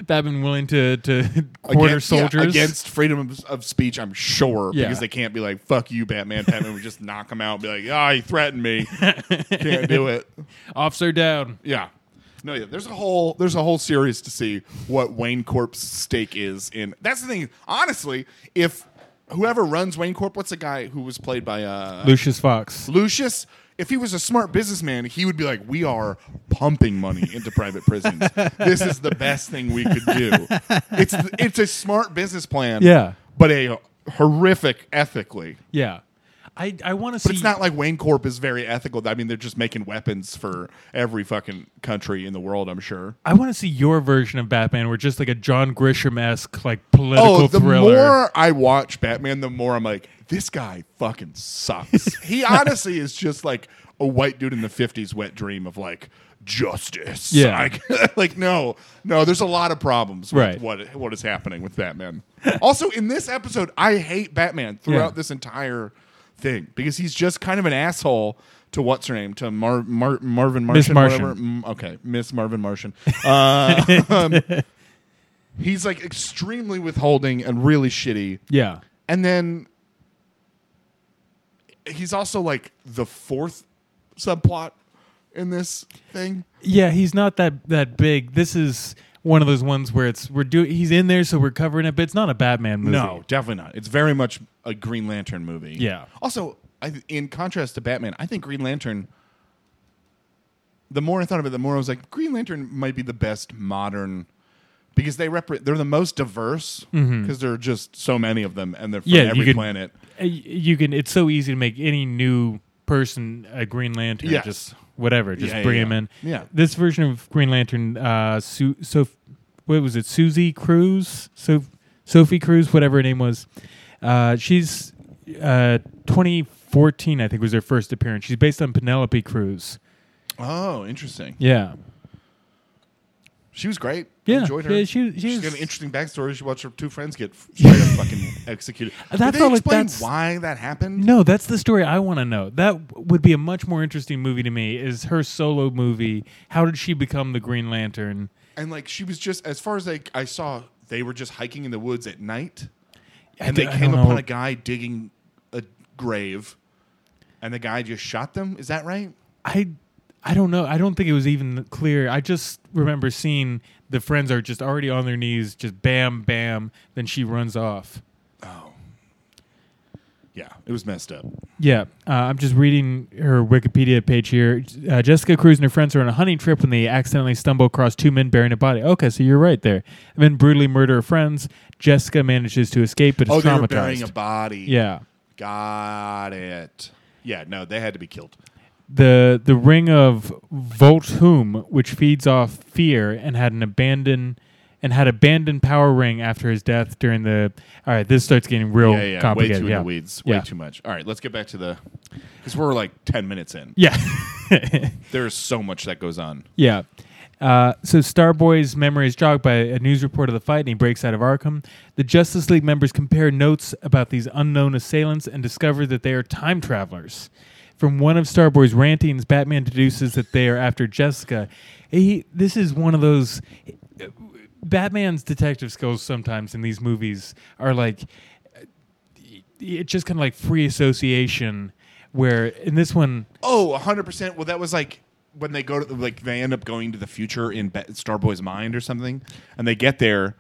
S2: Batman willing to to quarter
S1: Against- yeah,
S2: soldiers.
S1: against freedom of, of speech. I'm sure
S2: Yeah.
S1: because they can't be like "fuck you, Batman." Batman would just knock him out, and be like, "Ah, he threatened me. can't do it."
S2: Officer down.
S1: Yeah, no, yeah. There's a whole there's a whole series to see what Wayne Corp's stake is in. That's the thing. Honestly, if whoever runs Wayne Corp, what's the guy who was played by uh,
S2: Lucius Fox.
S1: Lucius, if he was a smart businessman, he would be like, "We are pumping money into private prisons. this is the best thing we could do. It's it's a smart business plan.
S2: Yeah.
S1: but a horrific ethically.
S2: Yeah. I, I want to see.
S1: But it's not like Wayne Corp is very ethical. I mean, they're just making weapons for every fucking country in the world. I'm sure.
S2: I want to see your version of Batman, where just like a John Grisham esque like political
S1: Oh, the
S2: thriller.
S1: more I watch Batman, the more I'm like, this guy fucking sucks. he honestly is just like a white dude in the 50s wet dream of like justice.
S2: Yeah.
S1: I- like, no, no, there's a lot of problems with
S2: Right.
S1: what, what is happening with Batman. also, in this episode, I hate Batman throughout
S2: Yeah.
S1: this entire thing because he's just kind of an asshole. To what's her name? To Mar- Mar- Marvin
S2: Miss
S1: Martian.
S2: Martian.
S1: whatever. Mm, okay, Miss Marvin Martian. Uh, um, he's like extremely withholding and really shitty.
S2: yeah.
S1: And then he's also like the fourth subplot in this thing.
S2: Yeah, he's not that that big. This is one of those ones where it's we're doing. He's in there, so we're covering it, but it's not a Batman movie.
S1: definitely not. It's very much a Green Lantern movie.
S2: Yeah.
S1: Also, I th- in contrast to Batman, I think Green Lantern. The more I thought of it, the more I was like, Green Lantern might be the best modern. Because they repre- they're the most diverse because there are just so many of them and they're from
S2: Mm-hmm. Yeah, you
S1: every
S2: could-
S1: planet.
S2: Uh, y- You can. It's so easy to make any new person a Green Lantern.
S1: Yes.
S2: Just whatever. Just
S1: Yeah, yeah,
S2: bring
S1: yeah.
S2: him in.
S1: Yeah.
S2: This version of Green Lantern. Uh, Su- so what was it? Susie Cruz. So Sophie Cruz, whatever her name was. Uh, she's uh 2014, I think, was her first appearance. She's based on Penelope Cruz.
S1: Oh, interesting.
S2: Yeah.
S1: She was great.
S2: Yeah,
S1: enjoyed her.
S2: yeah, she- she
S1: She's
S2: was-
S1: got an interesting backstory. She watched her two friends get f- straight up fucking executed.
S2: That
S1: Did they
S2: felt like
S1: explain
S2: that's-
S1: why that happened?
S2: No, that's the story I want to know. That w- would be a much more interesting movie to me. Is her solo movie? How did she become the Green Lantern?
S1: And like she was just as far as like I saw, they were just hiking in the woods at night, and
S2: d-
S1: they
S2: I
S1: came
S2: don't
S1: upon
S2: know.
S1: a guy digging a grave, and the guy just shot them. Is that right?
S2: I I don't know. I don't think it was even clear. I just remember seeing the friends are just already on their knees, just bam, bam. Then she runs off.
S1: Yeah, it was messed up.
S2: Yeah, uh, I'm just reading her Wikipedia page here. Uh, Jessica Cruz and her friends are on a hunting trip when they accidentally stumble across two men bearing a body. Okay, so you're right there. The men brutally murder her friends. Jessica manages to escape, but is
S1: Oh, they were burying
S2: traumatized.
S1: a body.
S2: yeah.
S1: got it. Yeah, no, they had to be killed.
S2: the the ring of Volthum, which feeds off fear and had an abandon and had abandoned Power Ring after his death during the. All right, this starts getting real
S1: yeah, yeah. Way
S2: complicated.
S1: too in
S2: yeah.
S1: the weeds. Way
S2: Yeah.
S1: too much. All right, let's get back to the because we're like ten minutes in.
S2: Yeah.
S1: There's so much that goes on.
S2: Yeah. Uh, so Starboy's memory is jogged by a news report of the fight, and he breaks out of Arkham. The Justice League members compare notes about these unknown assailants and discover that they are time travelers. From one of Starboy's rantings, Batman deduces that they are after Jessica. He, this is one of those. Batman's detective skills sometimes in these movies are like it's just kind of like free association. Where in this one,
S1: Oh, hundred percent. Well, that was like when they go to like they end up going to the future in Ba- Starboy's mind or something, and they get there.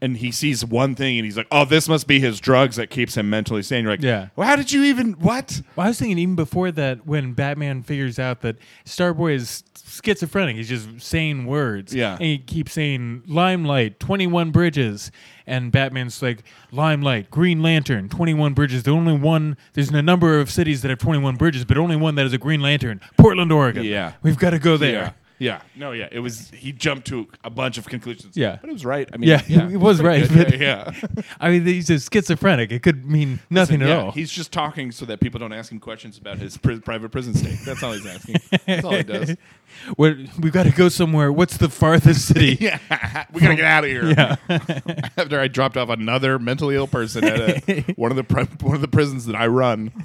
S1: And he sees one thing, and he's like, "Oh, this must be his drugs that keeps him mentally sane." You're like,
S2: Yeah.
S1: Well, how did you even what?
S2: Well, I was thinking even before that, when Batman figures out that Starboy is schizophrenic, he's just saying words.
S1: Yeah.
S2: And he keeps saying limelight, 21 bridges. And Batman's like, limelight, green lantern, 21 bridges. The only one, there's a number of cities that have 21 bridges, but only one that is a green lantern Portland, Oregon.
S1: Yeah.
S2: We've got to go there.
S1: yeah. No, yeah. It was he jumped to a bunch of conclusions.
S2: Yeah.
S1: but it was right. I mean,
S2: Yeah, it was right.
S1: Yeah,
S2: But
S1: yeah.
S2: I mean, he's a schizophrenic. It could mean oh. nothing at
S1: yeah,
S2: all.
S1: He's just talking so that people don't ask him questions about his pri- private prison state. That's all he's asking. That's all he oh, does.
S2: We're, we've got to go somewhere. What's the farthest city?
S1: Yeah, we gotta get out of here.
S2: Yeah.
S1: After I dropped off another mentally ill person at a, one of the pri- one of the prisons that I run.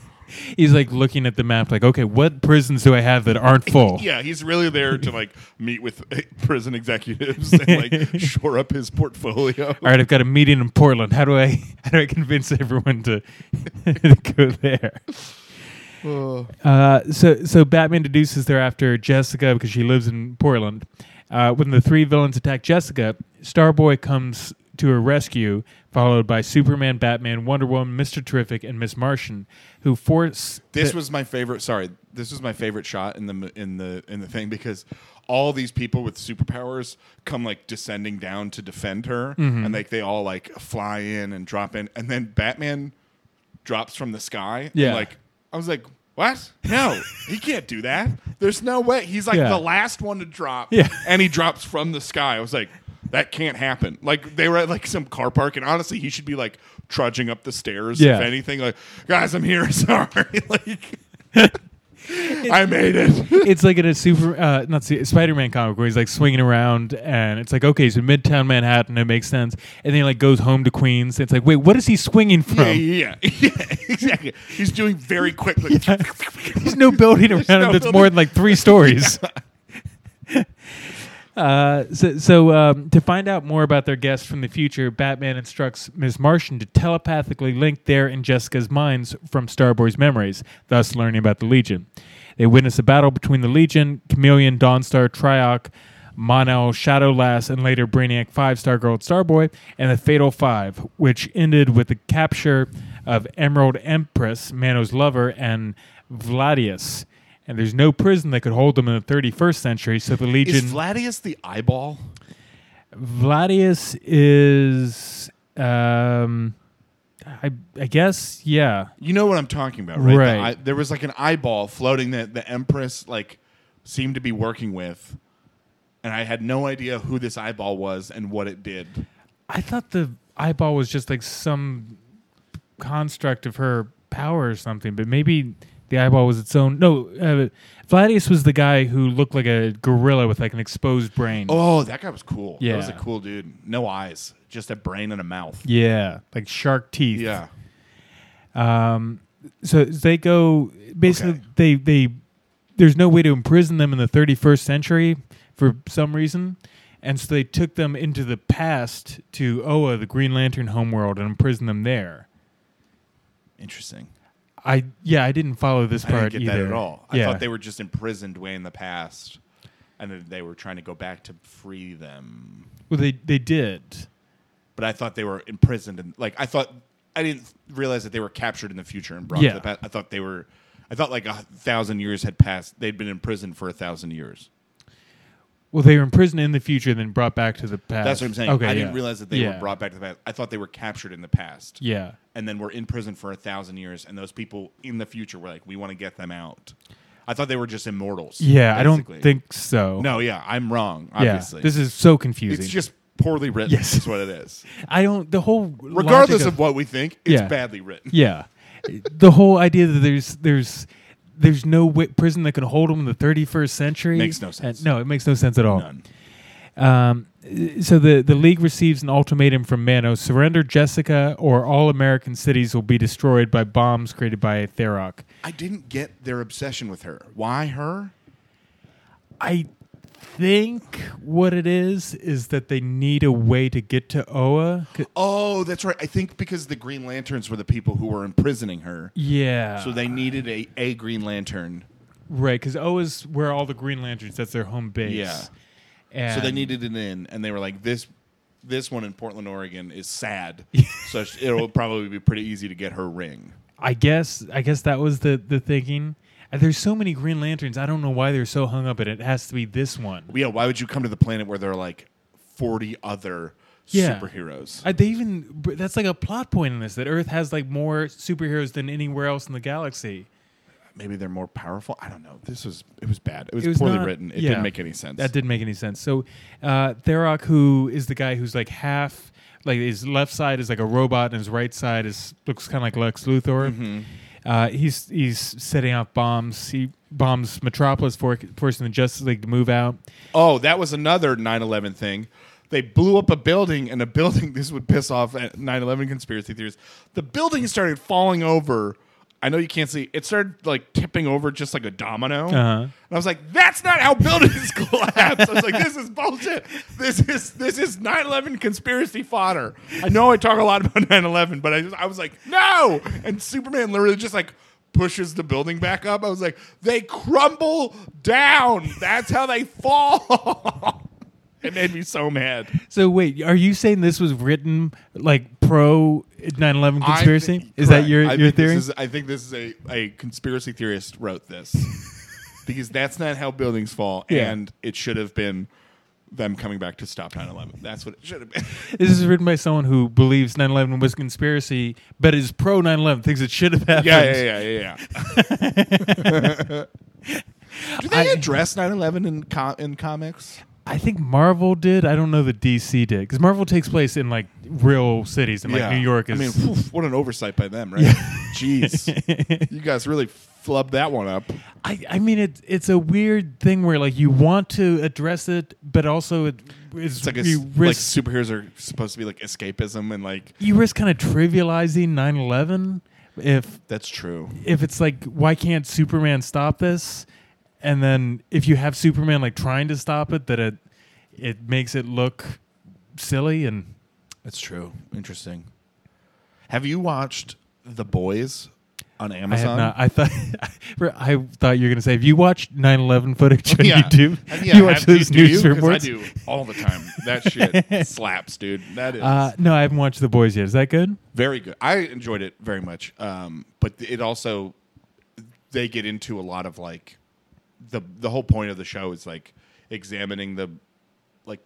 S2: He's like looking at the map, like, okay, what prisons do I have that aren't full?
S1: Yeah, he's really there to like meet with eh, prison executives and like shore up his portfolio.
S2: All right, I've got a meeting in Portland. How do I how do I convince everyone to, to go there? Uh, so so Batman deduces they're after Jessica because she lives in Portland. Uh, when the three villains attack Jessica, Starboy comes to her rescue, followed by Superman, Batman, Wonder Woman, Mister Terrific, and Miss Martian, who force
S1: This
S2: the-
S1: was my favorite. Sorry, this was my favorite shot in the m- in the in the thing because all these people with superpowers come like descending down to defend her,
S2: Mm-hmm.
S1: and like they all like fly in and drop in, and then Batman drops from the sky. and,
S2: Yeah.
S1: like I was like, what? No, he can't do that. There's no way. He's like
S2: Yeah.
S1: the last one to drop.
S2: Yeah.
S1: and he drops from the sky. I was like. That can't happen. Like they were at like some car park, and honestly, he should be like trudging up the stairs.
S2: Yeah.
S1: If anything, like guys, I'm here. Sorry, like I made it.
S2: it's like in a super uh, not su- Spider-Man comic where he's like swinging around and it's like okay so midtown Manhattan it makes sense and then he like goes home to Queens it's like wait what is he swinging from
S1: yeah, yeah, yeah. yeah, exactly. He's doing very quickly.
S2: there's no building around him
S1: no
S2: that's
S1: building.
S2: more than like three stories Uh, so, so um, to find out more about their guests from the future, Batman instructs Ms. Martian to telepathically link their and Jessica's minds from Starboy's memories, thus learning about the Legion. They witness a battle between the Legion, Chameleon, Dawnstar, Trioc, Monel, Shadowlass, and later Brainiac, Five Star Girl, and Starboy, and the Fatal Five, which ended with the capture of Emerald Empress, Mano's lover, and Vladius. And there's no prison that could hold them in the 31st century, so the Legion.
S1: Is Vladius the eyeball?
S2: Vladius is, um, I, I guess, yeah.
S1: You know what I'm talking about, right? The
S2: Right.
S1: eye- there was like an eyeball floating that the Empress like seemed to be working with, and I had no idea who this eyeball was and what it did.
S2: I thought the eyeball was just like some construct of her power or something, but maybe the eyeball was its own. No, uh, Vladius was the guy who looked like a gorilla with like an exposed brain.
S1: Oh, that guy was cool. that was a
S2: Yeah.
S1: cool dude. No eyes, just a brain and a mouth.
S2: Yeah, like shark teeth.
S1: Yeah.
S2: Um, so they go basically
S1: Okay.
S2: they they there's no way to imprison them in the 31st century for some reason, and so they took them into the past to Oa, the Green Lantern homeworld, and imprisoned them there.
S1: Interesting.
S2: I yeah, I didn't follow this
S1: I
S2: part
S1: didn't get
S2: either
S1: that at all. I
S2: yeah.
S1: thought they were just imprisoned way in the past, and then they were trying to go back to free them.
S2: well they they did.
S1: But I thought they were imprisoned, and like I thought, I didn't realize that they were captured in the future and brought
S2: Yeah.
S1: to the past. I thought they were. I thought like a thousand years had passed. They'd been imprisoned for a thousand years.
S2: Well, they were imprisoned in the future, then brought back to the past.
S1: That's what I'm saying.
S2: Okay,
S1: I
S2: yeah.
S1: didn't realize that they
S2: Yeah.
S1: were brought back to the past. I thought they were captured in the past,
S2: Yeah.
S1: and then were in prison for a thousand years. And those people in the future were like, "We want to get them out." I thought they were just immortals.
S2: Yeah, I
S1: basically.
S2: don't think so.
S1: No, yeah, I'm wrong.
S2: yeah,
S1: Obviously,
S2: this is so confusing.
S1: It's just poorly written.
S2: Yes.
S1: is what it is.
S2: I don't. The whole
S1: Regardless
S2: logic
S1: of, what we think, it's
S2: Yeah.
S1: badly written.
S2: yeah, the whole idea that there's there's there's no wi- prison that can hold them in the 31st century
S1: Makes no sense.
S2: And no, it makes no sense at all.
S1: None.
S2: Um, so the, the league receives an ultimatum from Mano: surrender Jessica, or all American cities will be destroyed by bombs created by Therok.
S1: I didn't get their obsession with her. Why her?
S2: I think what it is is that they need a way to get to Oa. 'Cause-
S1: Oh, that's right. I think because the Green Lanterns were the people who were imprisoning her,
S2: Yeah,
S1: so they needed a a Green Lantern.
S2: right because Oa's where all the Green Lanterns. That's their home base.
S1: Yeah.
S2: and
S1: So they needed an in, and they were like this. This one in Portland, Oregon, is sad, so sh- it'll probably be pretty easy to get her ring.
S2: I guess I guess that was the the thinking. Uh, There's so many Green Lanterns. I don't know why they're so hung up. in It It has to be this one.
S1: But yeah, why would you come to the planet where there are like forty other
S2: Yeah.
S1: superheroes?
S2: I, they even br- that's like a plot point in this that Earth has like more superheroes than anywhere else in the galaxy.
S1: Maybe they're more powerful. I don't know. This was it was bad. It was,
S2: It was
S1: poorly
S2: not-
S1: written. It
S2: yeah.
S1: didn't make any sense.
S2: That didn't make any sense. So uh, Therok, who is the guy who's like half, like his left side is like a robot and his right side is looks kind of like Lex Luthor.
S1: Mm-hmm.
S2: Uh, he's he's setting off bombs. He bombs Metropolis, for, forcing the Justice League to move out.
S1: Oh, that was another 9/11 thing. They blew up a building, and a building. This would piss off at 9/11 conspiracy theorists. The building started falling over. I know you can't see. It started like tipping over just like a domino.
S2: Uh-huh.
S1: And I was like, "That's not how buildings collapse." I was like, "This is bullshit. This is this is 9/11 conspiracy fodder." I know I talk a lot about 9/11, but I just, I was like, "No!" And Superman literally just like pushes the building back up. I was like, "They crumble down. That's how they fall." it made me so mad.
S2: So wait, are you saying this was written like pro 9/11
S1: I
S2: conspiracy?
S1: thi- correct.
S2: is that your
S1: I
S2: your
S1: think this
S2: theory?
S1: is- I think this is a, a conspiracy theorist wrote this because that's not how buildings fall,
S2: Yeah.
S1: and it should have been them coming back to stop 9/11. That's what it should have been.
S2: This is written by someone who believes 9/11 was a conspiracy, but is pro 9/11, thinks it should have happened.
S1: yeah, yeah, yeah, yeah, yeah. Do they
S2: I-
S1: address 9/11 in com- in comics?
S2: I think Marvel did. I don't know that DC did because Marvel takes place in like real cities, and like New York is.
S1: I mean, phew, what an oversight by them, right? Jeez, you guys really flubbed that one up.
S2: I, I mean, it, it's a weird thing where like you want to address it, but also it, it's,
S1: It's like a,
S2: you
S1: s- like
S2: risk
S1: superheroes are supposed to be like escapism and like
S2: you risk kind of trivializing 9/11 if
S1: that's true.
S2: if it's like why can't superman stop this and then if you have superman like trying to stop it that it it makes it look silly and
S1: That's true. Interesting. Have you watched The Boys on
S2: i
S1: Amazon?
S2: have not i thought i thought you were going to say have you watched 9-11 footage on youtube
S1: Uh, yeah,
S2: you watch
S1: have-
S2: those
S1: do you?
S2: news
S1: 'Cause
S2: reports
S1: I do all the time. That shit slaps, dude. That is
S2: uh no i haven't watched the boys yet is that good
S1: very good. I enjoyed it very much. Um, but it also they get into a lot of like the the whole point of the show is like examining the like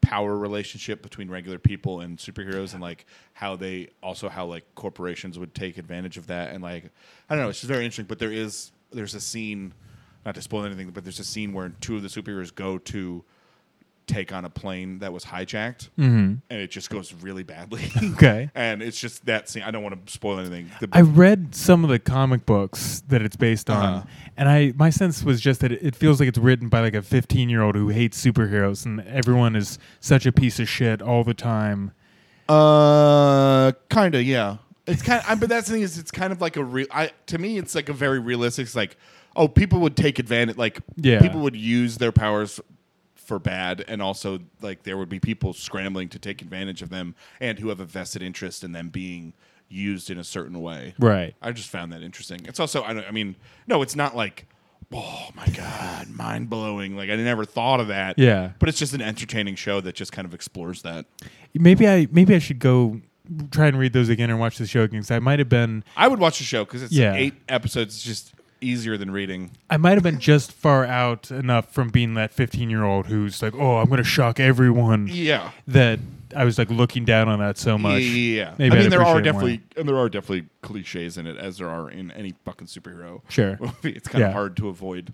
S1: power relationship between regular people and superheroes and like how they also how like corporations would take advantage of that and like I don't know, it's just very interesting, but there is there's a scene not to spoil anything, but there's a scene where two of the superheroes go to take on a plane that was hijacked and it just goes really badly.
S2: okay
S1: and it's just that scene. I don't want to spoil anything. The,
S2: I read some of the comic books that it's based on,
S1: Uh-huh.
S2: and I my sense was just that it, it feels like it's written by like a 15 year old who hates superheroes, and everyone is such a piece of shit all the time.
S1: uh, kind of, yeah. It's kind, I, but that's the thing is, it's kind of like a real. I to me, it's like a very realistic. It's like, oh, people would take advantage. Like,
S2: Yeah.
S1: people would use their powers for bad, and also like there would be people scrambling to take advantage of them, and who have a vested interest in them being used in a certain way.
S2: Right.
S1: I just found that interesting. It's also, I, don't, I mean, no, it's not like, oh my god, mind blowing. Like I never thought of that.
S2: Yeah.
S1: but it's just an entertaining show that just kind of explores that.
S2: Maybe I maybe I should go try and read those again and watch the show again because I might have been
S1: I would watch the show because it's
S2: Yeah.
S1: eight episodes. It's just easier than reading.
S2: I might have been just far out enough from being that 15 year old who's like, oh, I'm gonna shock everyone
S1: Yeah,
S2: that I was like looking down on that so much.
S1: yeah.
S2: Maybe
S1: I mean,
S2: I'd
S1: there are
S2: appreciate it more.
S1: definitely and there are definitely cliches in it, as there are in any fucking superhero
S2: Sure.
S1: movie. It's kind
S2: Yeah.
S1: of hard to avoid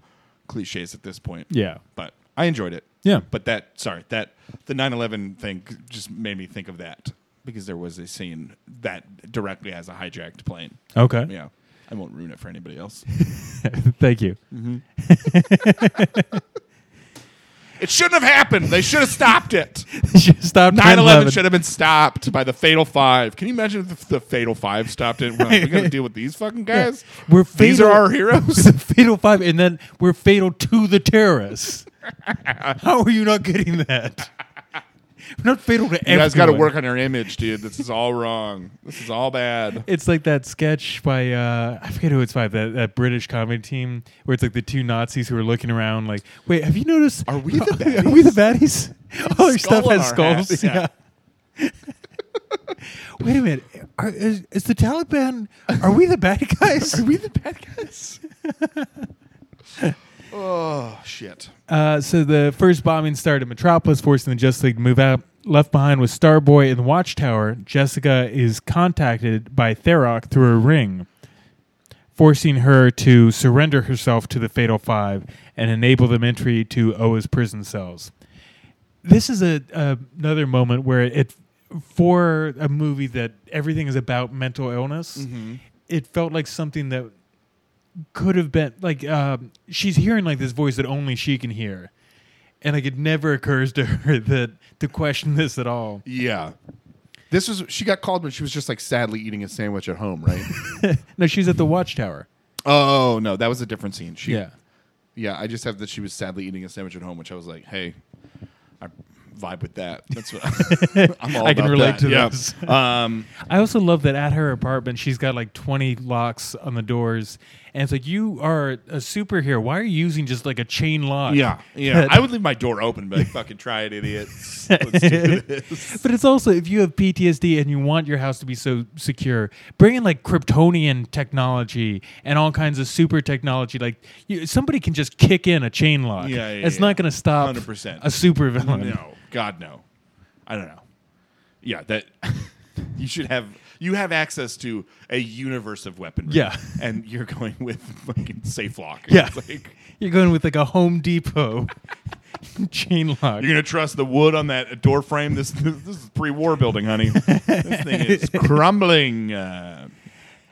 S1: cliches at this point.
S2: Yeah.
S1: but I enjoyed it.
S2: Yeah.
S1: But that, sorry, that the 9/11 thing just made me think of that because there was a scene that directly has a hijacked plane.
S2: Okay.
S1: Yeah. I won't ruin it for anybody else.
S2: Thank you.
S1: Mm. it shouldn't have happened. They should have stopped it.
S2: Stop
S1: 9/11 should have been stopped by the Fatal Five. Can you imagine if the Fatal Five stopped it? We're, like, we got to deal with these fucking guys.
S2: We're
S1: these
S2: fatal-
S1: are our heroes.
S2: the fatal five, and then we're fatal to the terrorists. How are you not getting that? We're not fatal to everyone.
S1: You guys got to work on your image, dude. This is all wrong. This is all bad.
S2: It's like that sketch by uh, I forget who it's by that, that British comedy team where it's like the two Nazis who are looking around like, wait, have you noticed?
S1: Are we the
S2: Are we the baddies? All your stuff
S1: skull on
S2: has
S1: our
S2: skulls.
S1: hats, yeah.
S2: Yeah. wait a minute, are, is, is the Taliban? Are we the bad guys?
S1: Are we the bad guys? oh shit!
S2: Uh, so the first bombing started Metropolis, forcing the Justice League to move out. Left behind was Starboy in the Watchtower. Jessica is contacted by Therok through a ring, forcing her to surrender herself to the Fatal Five and enable them entry to Oa's prison cells. This is a, a another moment where it, for a movie that everything is about mental illness, it felt like something that could have been like um, she's hearing like this voice that only she can hear, and like it never occurs to her that to question this at all.
S1: Yeah, this was. She got called when she was just like sadly eating a sandwich at home, right?
S2: No, she's at the watchtower.
S1: oh no, that was a different scene. She,
S2: Yeah,
S1: yeah. I just have that she was sadly eating a sandwich at home, which I was like, hey, I vibe with that. That's what I'm all.
S2: I can
S1: about
S2: relate
S1: that.
S2: to
S1: yeah.
S2: this.
S1: Um,
S2: I also love that at her apartment she's got like twenty locks on the doors, and it's like you are a superhero. Why are you using just like a chain lock?
S1: yeah, yeah. I would leave my door open, but like, fucking try it, idiots. Let's do this.
S2: But it's also if you have PTSD and you want your house to be so secure, bring in like Kryptonian technology and all kinds of super technology. Like you, somebody can just kick in a chain lock.
S1: Yeah, yeah,
S2: it's
S1: yeah.
S2: not going to stop
S1: 100%.
S2: a super villain.
S1: No, God, no. I don't know. Yeah, that you should have. You have access to a universe of weaponry.
S2: Yeah.
S1: and you're going with fucking safe lock.
S2: Yeah.
S1: It's like,
S2: You're going with like a Home Depot chain lock.
S1: you're gonna trust the wood on that door frame. This this is pre-war building, honey. this thing is crumbling. Uh,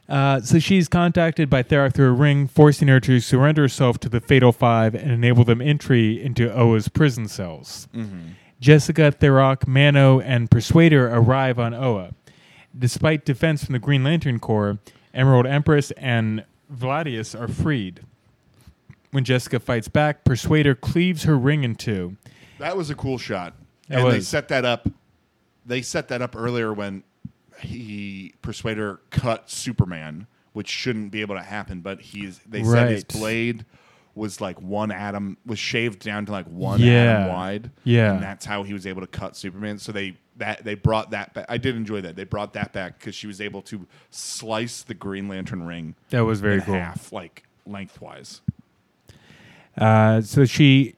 S2: Uh, so she's contacted by Therak through a ring, forcing her to surrender herself to the Fatal Five and enable them entry into Oa's prison cells.
S1: Mm-hmm.
S2: Jessica, Therak, Mano, and Persuader arrive on Oa. Despite defense from the Green Lantern Corps, Emerald Empress and Vladius are freed. When Jessica fights back, Persuader cleaves her ring in two.
S1: that was a cool shot,
S2: It
S1: and they
S2: was.
S1: set that up. They set that up earlier when he Persuader cut Superman, which shouldn't be able to happen, but he's they said his
S2: Right.
S1: blade was like one atom was shaved down to like one
S2: Yeah.
S1: atom wide.
S2: Yeah.
S1: And that's how he was able to cut Superman. So they that they brought that back. I did enjoy that. They brought that back because she was able to slice the Green Lantern ring
S2: That was very
S1: in
S2: cool.
S1: half, like lengthwise.
S2: Uh, so she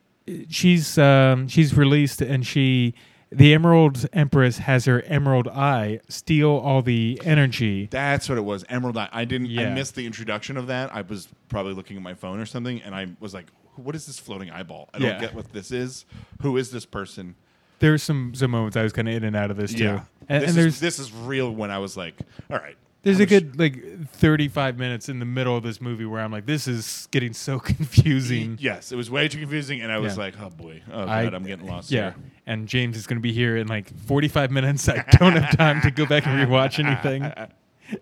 S2: she's um, she's released and she the emerald empress has her emerald eye steal all the energy
S1: That's what it was. Emerald Eye. I didn't. I
S2: Yeah.
S1: missed the introduction of that. I was probably looking at my phone or something, and I was like, "What is this floating eyeball? I don't
S2: Yeah.
S1: get what this is. Who is this person?"
S2: there's some some moments i was kind of in and out of this too
S1: this
S2: and, and
S1: is,
S2: there's
S1: this is real. When I was like, "All right."
S2: there's
S1: I'm
S2: a
S1: just-
S2: good like 35 minutes in the middle of this movie where i'm like this is getting so confusing
S1: Yes, it was way too confusing, and I was
S2: Yeah.
S1: like, "Oh boy, oh god,
S2: I-
S1: I, am getting lost."
S2: yeah
S1: Here.
S2: and james is going to be here in like 45 minutes i don't have time to go back and rewatch anything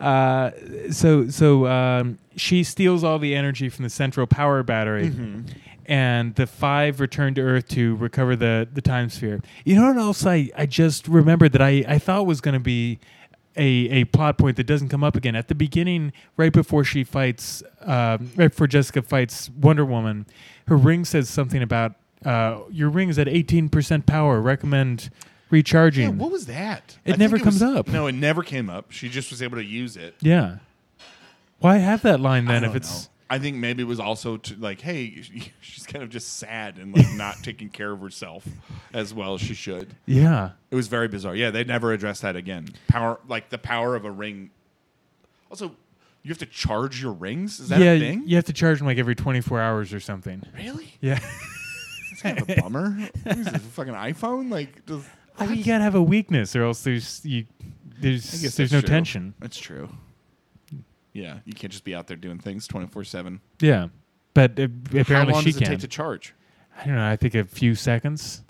S2: Uh, so so um, she steals all the energy from the central power battery,
S1: Mm-hmm.
S2: and the five return to Earth to recover the the time sphere. You know what else I, I just remembered that I, I thought was going to be a a plot point that doesn't come up again at the beginning, right before she fights, uh, right before Jessica fights Wonder Woman. Her ring says something about uh, your ring is at eighteen percent power. Recommend recharging.
S1: Yeah, what was that?
S2: It
S1: I
S2: never
S1: think was-
S2: comes up.
S1: No, it never came up. She just was able to use it.
S2: Yeah. Why have that line
S1: I
S2: then if
S1: don't
S2: it's
S1: know. I think maybe it was also to like, hey, she's kind of just sad and like not taking care of herself as well as she should.
S2: yeah.
S1: It was very bizarre. Yeah, they never addressed that again. Power, like the power of a ring. Also, You have to charge your rings. Is that
S2: yeah,
S1: a thing?
S2: you have to charge them like every 24 hours or something.
S1: Really?
S2: Yeah.
S1: That's kind of a bummer. What is this, a fucking iPhone? Like, does,
S2: I mean, you gotta have a weakness, or else there's
S1: I
S2: you there's
S1: guess
S2: there's
S1: that's
S2: no
S1: true.
S2: tension.
S1: That's true. Yeah, you can't just be out there doing things twenty four seven.
S2: Yeah, but uh,
S1: How
S2: apparently
S1: long
S2: she
S1: does it
S2: can.
S1: take to charge?
S2: I don't know. I think a few seconds.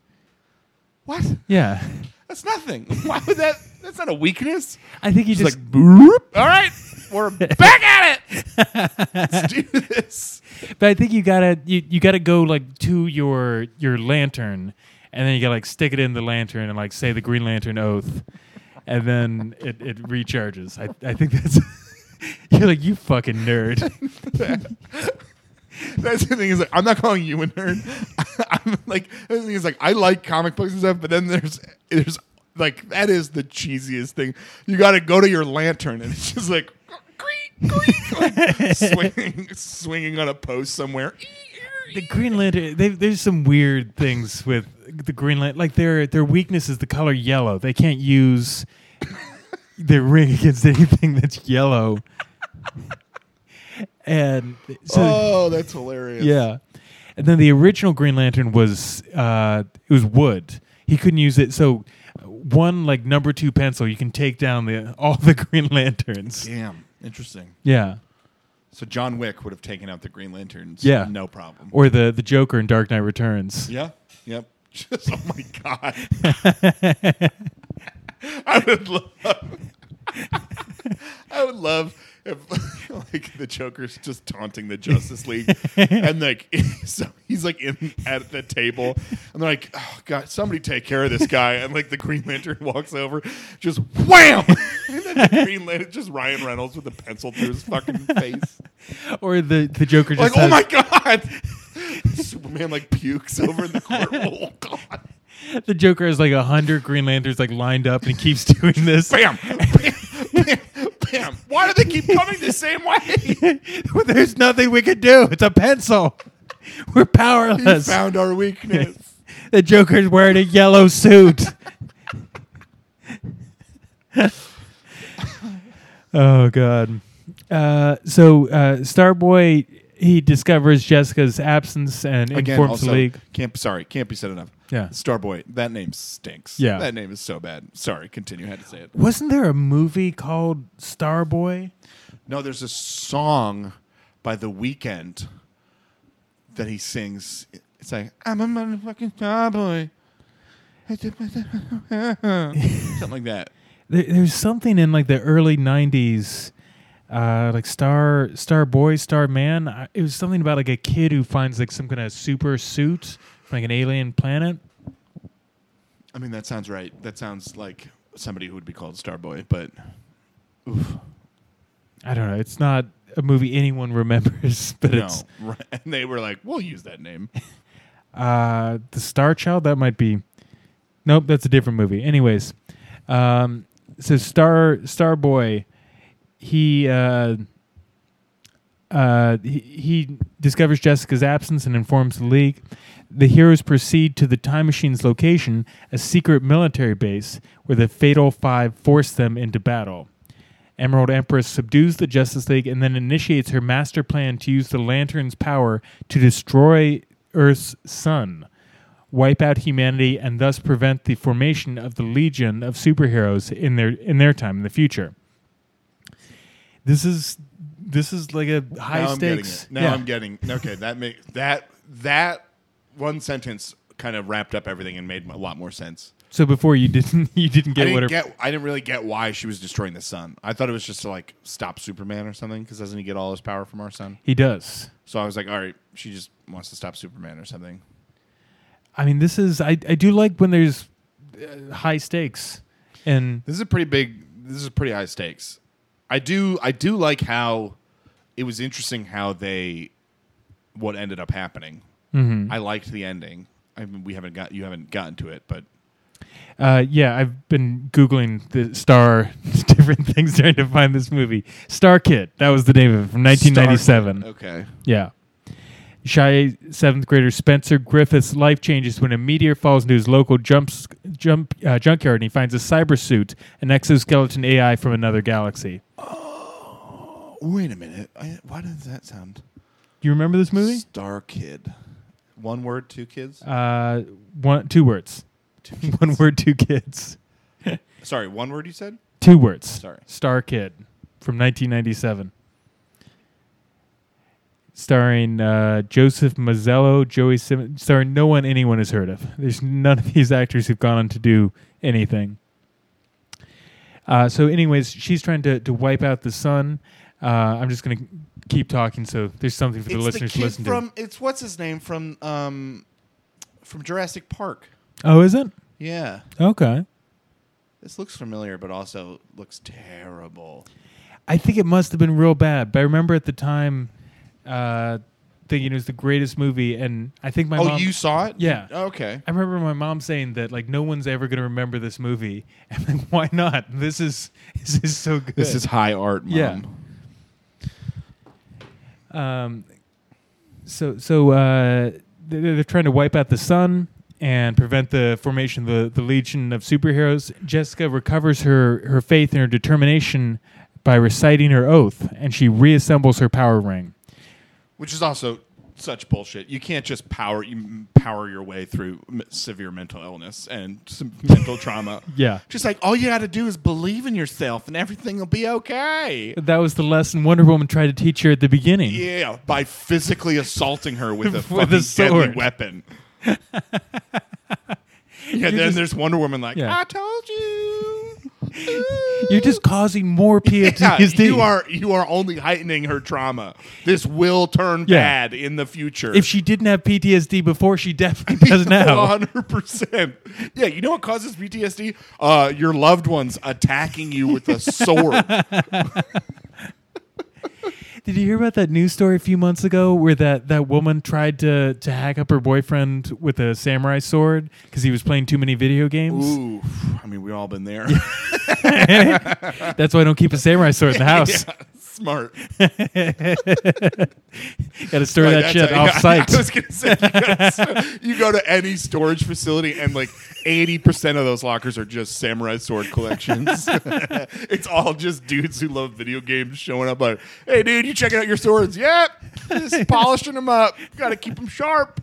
S1: What?
S2: Yeah,
S1: That's nothing. Why would that? That's not a weakness.
S2: I think you
S1: She's
S2: just
S1: like, boop. All right, we're back at it. Let's do this.
S2: But I think you gotta you, you gotta go like to your your lantern, and then you gotta like stick it in the lantern and like say the Green Lantern oath, and then it, it recharges. I I think that's you're like you fucking nerd.
S1: That's the thing is like, I'm not calling you a nerd. I'm like the thing is like I like comic books and stuff, but then there's there's like that is the cheesiest thing. You got to go to your lantern, and it's just like, creak, creak, like swinging swinging on a post somewhere.
S2: The Green Lantern. They, there's some weird things with the Green Lantern. Like their their weakness is the color yellow. They can't use their ring against anything that's yellow. And so
S1: oh, that's hilarious.
S2: Yeah. And then the original Green Lantern was uh, it was wood. He couldn't use it. So one like number two pencil, you can take down the all the Green Lanterns.
S1: Damn. Interesting.
S2: Yeah.
S1: So John Wick would have taken out the Green Lanterns.
S2: Yeah.
S1: No problem.
S2: Or the the Joker in Dark Knight Returns.
S1: yeah. Yep. Just, oh my god. I would love. I would love if like the Joker's just taunting the Justice League, and like so he's like in at the table, and they're like, "Oh God, somebody take care of this guy!" And like the Green Lantern walks over, just wham, and then the Green Lantern just Ryan Reynolds with a pencil through his fucking face.
S2: Or the the Joker
S1: like,
S2: just
S1: oh
S2: has-
S1: my god! Superman like pukes over in the corner. Oh god!
S2: the Joker has like a hundred Green Lanterns like lined up and he keeps doing this.
S1: Bam! Bam! Bam! Bam! Why do they keep coming the same way?
S2: There's nothing we could do. It's a pencil. We're
S1: We
S2: powerless.
S1: found our weakness.
S2: the Joker's wearing a yellow suit. oh God! Uh, so uh, Starboy he discovers Jessica's absence and informs the league.
S1: Can't sorry, can't be said enough.
S2: Yeah.
S1: Starboy, that name stinks.
S2: Yeah.
S1: that name is so bad. Sorry, continue. I had to say it.
S2: Wasn't there a movie called Starboy?
S1: No, there's a song by The Weeknd that he sings. It's like I'm a motherfucking starboy. Something like that.
S2: There, there's something in like the early '90s, uh, like Star Star Boy, Star Man. I- It was something about like a kid who finds like some kind of super suit from like an alien planet.
S1: I mean, that sounds right. That sounds like somebody who would be called Starboy, but
S2: I don't know. It's not a movie anyone remembers, but
S1: no.
S2: it's
S1: Right. And they were like, "We'll use that name."
S2: uh, the Star Child. That might be. Nope, that's a different movie. Anyways, um, so Star Star Boy, he. Uh, uh, he, he discovers Jessica's absence and informs the League. The heroes proceed to the time machine's location, a secret military base, where the Fatal Five force them into battle. Emerald Empress subdues the Justice League and then initiates her master plan to use the Lantern's power to destroy Earth's sun, wipe out humanity, and thus prevent the formation of the Legion of superheroes in their in their time in the future. This is this is like a high
S1: now I'm getting
S2: stakes.
S1: it. Now
S2: yeah.
S1: I'm getting. Okay, that makes that that one sentence kind of wrapped up everything and made a lot more sense.
S2: so before you didn't you didn't get
S1: I
S2: what her
S1: didn't get. I didn't really get why she was destroying the sun. I thought it was just to like stop Superman or something because doesn't he get all his power from our sun?
S2: he does.
S1: So I was like, all right, she just wants to stop Superman or something.
S2: I mean, this is I I do like when there's uh, high stakes and.
S1: This is a pretty big. This is pretty high stakes. I do. I do like how it was interesting how they what ended up happening.
S2: Mm-hmm.
S1: I liked the ending. I mean, we haven't got you haven't gotten to it, but
S2: Uh, yeah, I've been googling the star different things trying to find this movie. Star Kid, that was the name of it from 1997.
S1: Star- okay.
S2: Yeah. Shy seventh grader Spencer Griffith's life changes when a meteor falls into his local jumps, jump uh, junkyard and he finds a cyber suit, an exoskeleton AI from another galaxy.
S1: Oh, wait a minute. I, why does that sound?
S2: You remember this movie?
S1: Star Kid. One word, two kids.
S2: Uh, one, two words.
S1: Two
S2: One word, two kids.
S1: Sorry, one word you said.
S2: Two words.
S1: Sorry.
S2: Star Kid from 1997. Starring uh, Joseph Mazzello, Joey Simmons. Starring no one anyone has heard of. There's none of these actors who've gone on to do anything. Uh, so, anyways, she's trying to, to wipe out the sun. Uh, I'm just going to keep talking so there's something for the listeners to listen
S1: from. It's what's his name from um, from Jurassic Park.
S2: to. Oh, is it?
S1: Yeah,
S2: Okay.
S1: this looks familiar, but also looks terrible.
S2: I think it must have been real bad, but I remember at the time uh, thinking it was the greatest movie, and I think my
S1: oh,
S2: mom.
S1: you saw it? Oh,
S2: Yeah.
S1: Okay.
S2: I remember my mom saying that like no one's ever going to remember this movie, and like why not? This is this is so good.
S1: This is high art, mom.
S2: Yeah. Um, so so uh, they're, they're trying to wipe out the sun and prevent the formation of the, the legion of superheroes. Jessica recovers her her faith and her determination by reciting her oath, and she reassembles her power ring.
S1: Which is also such bullshit. You can't just power you power your way through m- severe mental illness and some mental trauma.
S2: Yeah.
S1: Just like all you got to do is believe in yourself, and everything will be okay.
S2: That was the lesson Wonder Woman tried to teach her at the beginning.
S1: Yeah, by physically assaulting her with a
S2: With
S1: fucking deadly
S2: a sword.
S1: weapon. yeah, then
S2: just-
S1: there's Wonder Woman like,
S2: Yeah.
S1: I told you.
S2: You're just causing more
S1: Yeah,
S2: PTSD.
S1: you are you are only heightening her trauma. This will turn
S2: Yeah.
S1: bad in the future.
S2: If she didn't have PTSD before, she definitely does now.
S1: 100%. Yeah, you know what causes PTSD? Uh, your loved ones attacking you with a sword.
S2: Did you hear about that news story a few months ago where that, that woman tried to, to hack up her boyfriend with a samurai sword because he was playing too many video games?
S1: Ooh, I mean, we've all been there.
S2: That's why I don't keep a samurai sword in the house.
S1: Smart.
S2: Gotta store
S1: Like,
S2: that
S1: that's
S2: shit
S1: a-
S2: off site.
S1: I was gonna say, you, gotta- you go to any storage facility and like eighty percent of those lockers are just samurai sword collections. it's all just dudes who love video games showing up like, "Hey, dude, you checking out your swords? Yep, just polishing them up. Got to keep them sharp."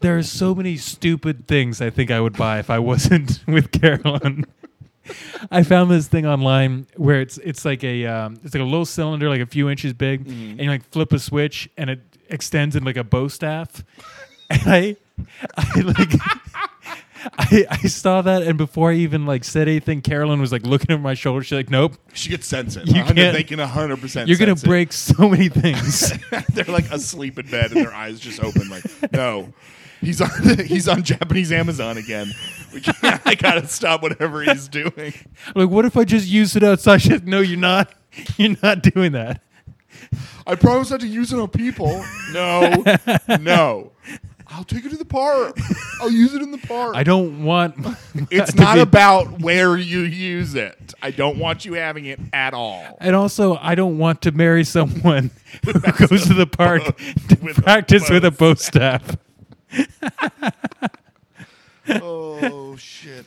S2: There are so many stupid things I think I would buy if I wasn't with Carolyn. I found this thing online where it's it's like a um, it's like a little cylinder, like a few inches big, and you like flip a switch and it extends in like a bow staff. And I, I like. I, I saw that, and before I even like said anything, Carolyn was like looking over my shoulder. She's like, "Nope,
S1: She could sense it.
S2: You
S1: I'm
S2: can't-
S1: thinking hundred percent.
S2: you're gonna break so many things."
S1: They're like asleep in bed and their eyes just open. Like, no, he's on he's on Japanese Amazon again. We can't, I gotta stop whatever he's doing.
S2: like, what if I just use it outside? She's like, "No, you're not. You're not doing that."
S1: I promise not to use it on people. No, no. I'll take it to the park. I'll use it in the park.
S2: I don't want.
S1: it's
S2: to
S1: not
S2: be-
S1: about where you use it. I don't want you having it at all.
S2: And also, I don't want to marry someone who goes to the park to
S1: with a
S2: practice with a bow staff.
S1: oh shit,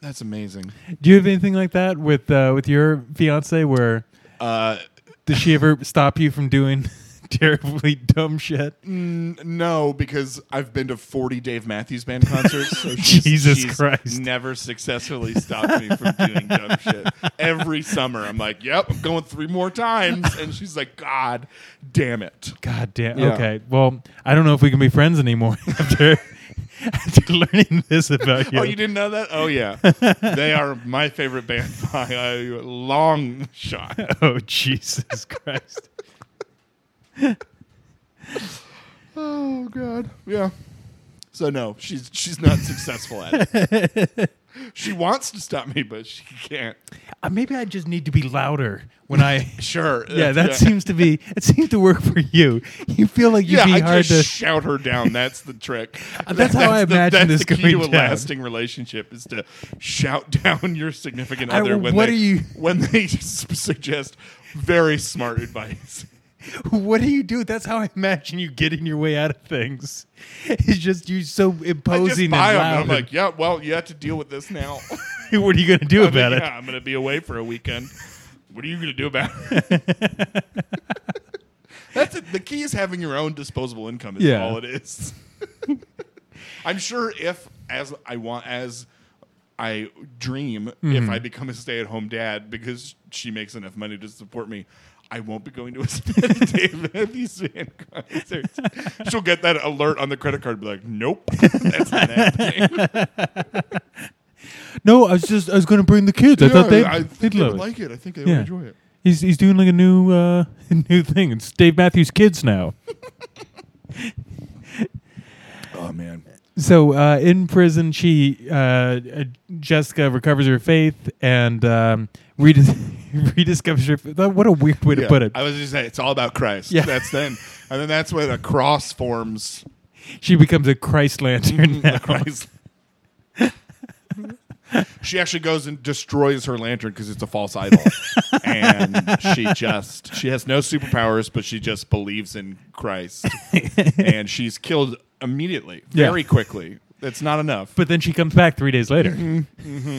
S1: that's amazing.
S2: Do you have anything like that with uh, with your fiance? Where
S1: Uh,
S2: does she ever stop you from doing terribly dumb shit?
S1: n- no, because I've been to forty Dave Matthews Band concerts. So she's,
S2: Jesus
S1: she's
S2: Christ.
S1: never successfully stopped me from doing dumb shit. Every summer, I'm like, "Yep, I'm going three more times," and she's like, "God damn it."
S2: God damn.
S1: Yeah.
S2: Okay. Well, I don't know if we can be friends anymore after after learning this about you.
S1: Oh, you didn't know that? Oh, yeah. they are my favorite band by a long shot.
S2: oh Jesus Christ.
S1: Oh God. Yeah. So no, she's she's not successful at it. she wants to stop me, but she can't.
S2: Uh, maybe I just need to be louder when I.
S1: Sure.
S2: Yeah, that seems to be. It seems to work for you. You feel like you'd
S1: yeah,
S2: be
S1: I
S2: hard
S1: just
S2: to.
S1: shout her down. That's the trick.
S2: Uh, that's how I
S1: the-
S2: imagine
S1: that's
S2: this
S1: the key
S2: going
S1: to a
S2: down.
S1: lasting relationship is to shout down your significant
S2: I-
S1: other when
S2: what
S1: they
S2: are you-
S1: when they suggest very smart advice.
S2: What do you do? That's how I imagine you getting your way out of things. It's just you so
S1: I just
S2: imposing
S1: buy them.
S2: and loud.
S1: I'm like, yeah, well, you have to deal with this now.
S2: what are you going to do about
S1: Yeah, I'm gonna be away for a weekend. What are you going to do about it? That's it. the key is having your own disposable income. Is
S2: Yeah.
S1: all it is. I'm sure if as I want as I dream,
S2: Mm-hmm.
S1: if I become a stay-at-home dad because she makes enough money to support me. I won't be going to as many Dave Matthews Band concerts. She'll get that alert on the credit card, and be like, "Nope, that's not happening."
S2: No, I was just I was going to bring the kids. I thought they
S1: I
S2: they'd
S1: think they
S2: love
S1: would
S2: it.
S1: like it. I think they
S2: Yeah.
S1: would enjoy it.
S2: He's he's doing like a new uh new thing. It's Dave Matthews Kids now.
S1: Oh man,
S2: So uh, in prison, she uh, uh, Jessica recovers her faith and um, redis- rediscovers her. Faith. What a weird way to
S1: Yeah.
S2: put it.
S1: I was just saying it's all about Christ.
S2: Yeah.
S1: That's then. And then that's when a cross forms
S2: She becomes a Christ lantern now.
S1: Mm-hmm. a Christ. she actually goes and destroys her lantern because it's a false idol. and she just she has no superpowers, but she just believes in Christ. and she's killed immediately,
S2: Yeah.
S1: very quickly. That's not enough.
S2: But then she comes back three days later.
S1: Mm-hmm.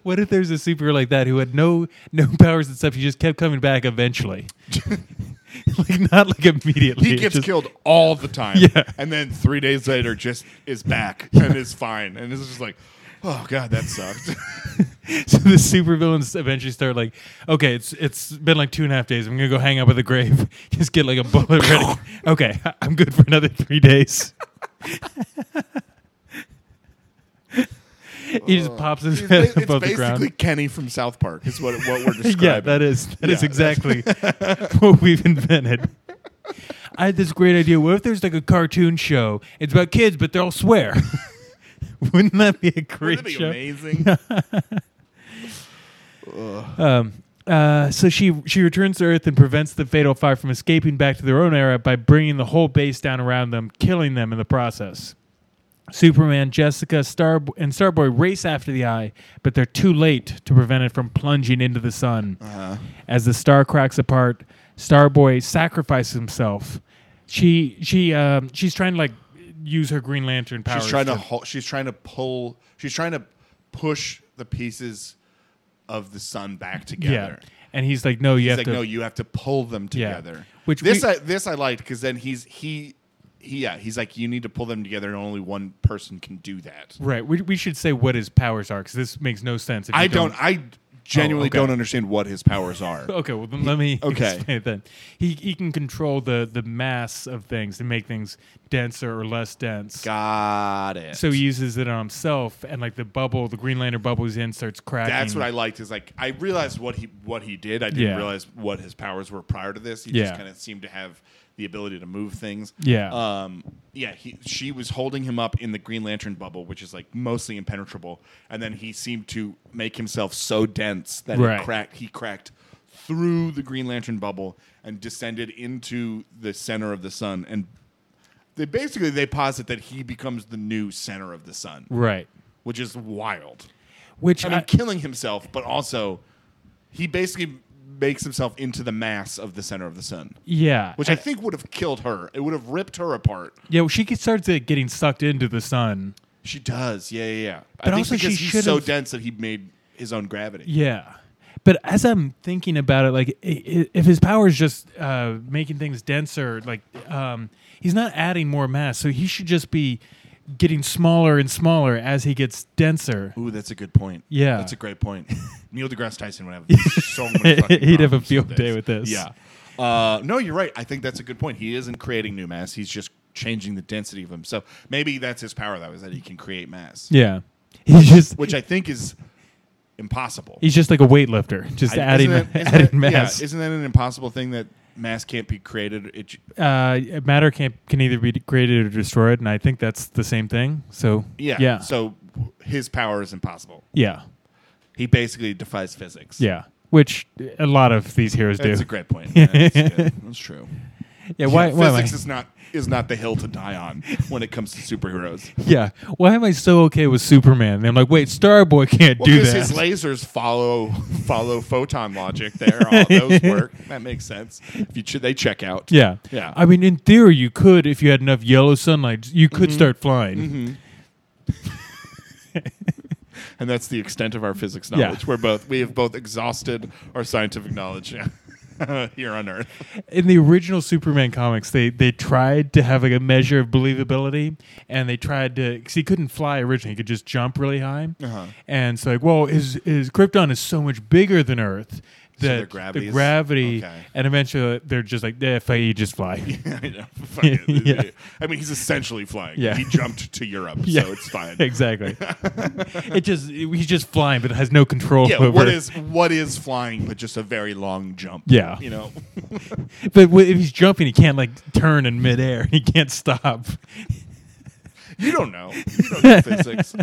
S2: what if there's a superhero like that who had no no powers and stuff? She just kept coming back eventually, like not like immediately.
S1: he
S2: It's
S1: gets
S2: just-
S1: killed all the time.
S2: Yeah.
S1: And then three days later just is back and is fine. And it's just like, oh God, that sucked.
S2: So the supervillains eventually start like, okay, it's it's been like two and a half days. I'm gonna go hang out by the grave, just get like a bullet ready. Okay, I- I'm good for another three days. he just pops his
S1: It's, ba-
S2: head
S1: it's
S2: above the
S1: basically
S2: ground.
S1: Kenny from South Park. Is what what we're describing.
S2: Yeah, that is that is
S1: Yeah,
S2: exactly what we've invented. I had this great idea. What if there's like a cartoon show? It's about kids, but they'll swear. Wouldn't that be a great
S1: Wouldn't that be
S2: show?
S1: amazing.
S2: Um, uh, so she she returns to Earth and prevents the Fatal Five from escaping back to their own era by bringing the whole base down around them, killing them in the process. Superman, Jessica, Star and Starboy race after the Eye, but they're too late to prevent it from plunging into the sun.
S1: Uh-huh.
S2: As the star cracks apart, Starboy sacrifices himself. She she um, she's trying to like use her Green Lantern powers.
S1: she's trying to hol- she's trying to pull she's trying to push the pieces of the sun back
S2: yeah.
S1: together.
S2: And he's like, no, you
S1: He's
S2: have
S1: like,
S2: to.
S1: no, you have to pull them together.
S2: Which
S1: this
S2: we-
S1: I, this I liked because then he's he. he- Yeah, he's like you need to pull them together, and only one person can do that.
S2: Right. We, we should say what his powers are because this makes no sense. If you
S1: I don't. Oh, I genuinely
S2: okay.
S1: don't understand what his powers are.
S2: Okay. Well, then let me
S1: Okay.
S2: explain it then. He he can control the the mass of things to make things denser or less dense.
S1: Got it.
S2: so he uses it on himself, and like the bubble, the Green Lantern bubble he's in starts cracking.
S1: That's what I liked. Is like I realized what he what he did. I didn't
S2: Yeah.
S1: realize what his powers were prior to this. He
S2: Yeah.
S1: just kind of seemed to have the ability to move things.
S2: Yeah.
S1: Um. Yeah. He she was holding him up in the Green Lantern bubble, which is like mostly impenetrable, and then he seemed to make himself so dense that
S2: Right.
S1: it cracked. He cracked through the Green Lantern bubble and descended into the center of the sun and. They basically they posit that he becomes the new center of the sun,
S2: Right.
S1: which is wild.
S2: Which
S1: I mean,
S2: I-
S1: killing himself, but also he basically makes himself into the mass of the center of the sun,
S2: yeah.
S1: which I, think would have killed her. It would have ripped her apart.
S2: yeah. Well, she gets- starts uh, getting sucked into the sun.
S1: She does, yeah, yeah. yeah. I
S2: But
S1: think
S2: also she
S1: because he's
S2: should
S1: so
S2: have-
S1: dense that he made his own gravity.
S2: Yeah. But as I'm thinking about it, like i- i- if his power is just uh, making things denser, like um, he's not adding more mass, so he should just be getting smaller and smaller as he gets denser.
S1: Ooh, that's a good point.
S2: Yeah.
S1: that's a great point. Neil deGrasse Tyson would have so many. fucking
S2: He'd have a
S1: problems
S2: field
S1: with
S2: day with this.
S1: Yeah. Uh, no, you're right. I think that's a good point. He isn't creating new mass. He's just changing the density of himself. Maybe that's his power, though, is that he can create mass,
S2: Yeah, he's just
S1: which I think is impossible.
S2: he's just like a weightlifter, just
S1: I-
S2: adding
S1: isn't that- isn't
S2: adding
S1: that-
S2: mass.
S1: Yeah, isn't that an impossible thing that mass can't be created? It, j-
S2: uh, matter can can either be created or destroyed, and I think that's the same thing. So
S1: yeah.
S2: yeah,
S1: So his power is impossible.
S2: yeah,
S1: He basically defies physics.
S2: yeah. Which a lot of these heroes
S1: That's
S2: do.
S1: a great point. That's, good. That's true.
S2: yeah, why,
S1: Yeah,
S2: why am I-
S1: physics is not is not the hill to die on when it comes to superheroes.
S2: Yeah. Why am I so okay with Superman? And I'm like, wait, Starboy can't
S1: Well,
S2: do
S1: because
S2: that.
S1: his lasers follow follow photon logic. There, all those work. That makes sense. If you ch- they check out.
S2: yeah.
S1: Yeah.
S2: I mean, in theory, you could, if you had enough
S1: Mm-hmm.
S2: yellow sunlight, you could start flying.
S1: and that's the extent of our physics knowledge. We're both we have both exhausted our scientific knowledge here on Earth.
S2: in the original Superman comics, they they tried to have like a measure of believability, and they tried to because he couldn't fly originally; he could just jump really high.
S1: Uh-huh.
S2: And it's like, well, his his Krypton is so much bigger than Earth
S1: So
S2: that
S1: their gravity
S2: the
S1: is-
S2: gravity,
S1: okay.
S2: and eventually they're just like, eh, you just fly.
S1: I know. Fuck it.
S2: Yeah.
S1: I mean, he's essentially flying.
S2: Yeah.
S1: He jumped to Europe,
S2: Yeah.
S1: so it's fine.
S2: exactly. it just he's just flying, but has no control
S1: Yeah,
S2: over.
S1: what is what is flying but just a very long jump?
S2: Yeah.
S1: You know.
S2: But w- if he's jumping, he can't like turn in midair. He can't stop.
S1: You don't know. You don't know physics.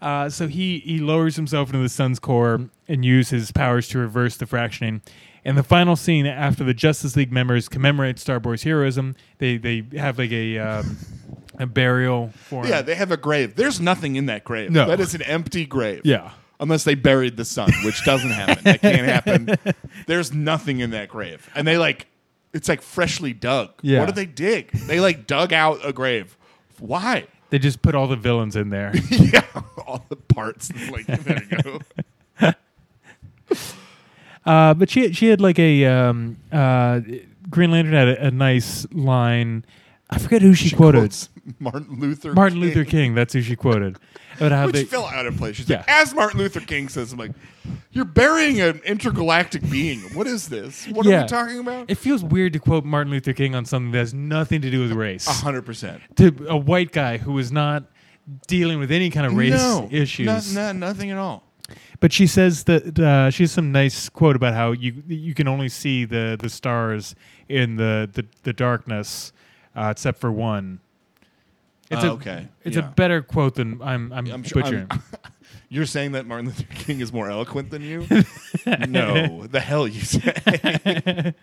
S2: Uh, so he he lowers himself into the sun's core and uses his powers to reverse the fractioning. And the final scene after the Justice League members commemorate Starboy's heroism, they they have like a um, a burial for
S1: Yeah,
S2: him.
S1: they have a grave. There's nothing in that grave.
S2: No.
S1: That is an empty grave.
S2: Yeah.
S1: Unless they buried the sun, which doesn't happen. that can't happen. There's nothing in that grave. And they like it's like freshly dug.
S2: Yeah.
S1: What did they dig? They like dug out a grave. Why?
S2: They just put all the villains in there.
S1: yeah. All the parts. Like there you go.
S2: Uh, but she she had like a um, uh, Green Lantern had a, a nice line. I forget who she, quoted.
S1: Quotes Martin Luther
S2: Martin
S1: King,
S2: Luther King. That's who she quoted. About how
S1: Which
S2: they-
S1: fell out of place. She's like,
S2: Yeah.
S1: as Martin Luther King says, I'm like, you're burying an intergalactic being. What is this? What are
S2: Yeah.
S1: we talking about?
S2: It feels weird to quote Martin Luther King on something that has nothing to do with race.
S1: hundred percent.
S2: to a white guy who was not dealing with any kind of race issues.
S1: No, no, nothing at all.
S2: But she says that uh, she has some nice quote about how you you can only see the, the stars in the the, the darkness, uh, except for one. It's
S1: Ah,
S2: a,
S1: okay.
S2: It's
S1: Yeah.
S2: a better quote than I'm I'm,
S1: I'm sure.
S2: butchering.
S1: I'm- you're saying that Martin Luther King is more eloquent than you? no, the hell you say.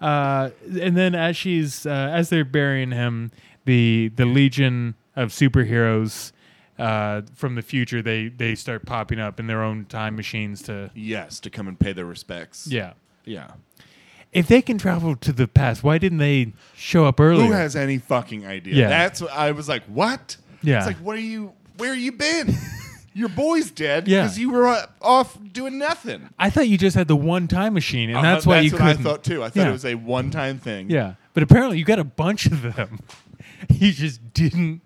S2: uh, and then as she's uh, as they're burying him, the the legion of superheroes uh, from the future they they start popping up in their own time machines to
S1: yes, to come and pay their respects.
S2: yeah.
S1: yeah.
S2: If they can travel to the past, why didn't they show up earlier?
S1: Who has any fucking idea?
S2: Oh, Yeah.
S1: That's what I was like, what?
S2: Yeah.
S1: It's like, what are you? Where you been? Your boy's dead
S2: Yeah.
S1: because you were uh, off doing nothing.
S2: I thought you just had the one time machine, and
S1: Uh,
S2: that's why you
S1: what I
S2: couldn't.
S1: thought too. I thought
S2: Yeah.
S1: it was a one-time thing.
S2: Yeah, but apparently you got a bunch of them. you just didn't.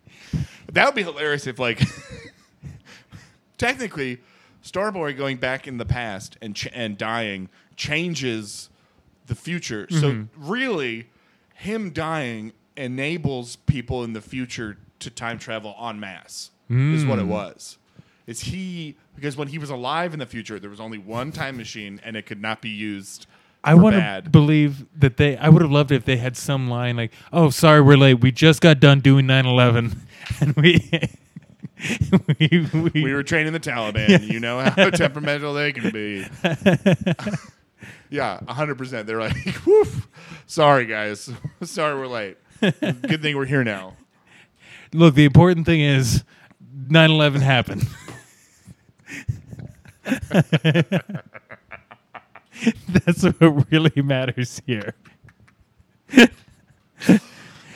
S1: That would be hilarious if, like, technically, Starboy going back in the past and ch- and dying changes the future. So really, him dying enables people in the future to time travel en masse. Is what it was. Is he because when he was alive in the future, there was only one time machine and it could not be used.
S2: I
S1: for
S2: want to
S1: bad.
S2: believe that they. I would have loved it if they had some line like, "Oh, sorry, we're late. We just got done doing 9/11, and we we, we,
S1: we were training the Taliban. You know how temperamental they can be. yeah, 100%. They're like, woof. Sorry, guys. Sorry we're late. Good thing we're here now.
S2: look. The important thing is 9/11 happened." That's what really matters here.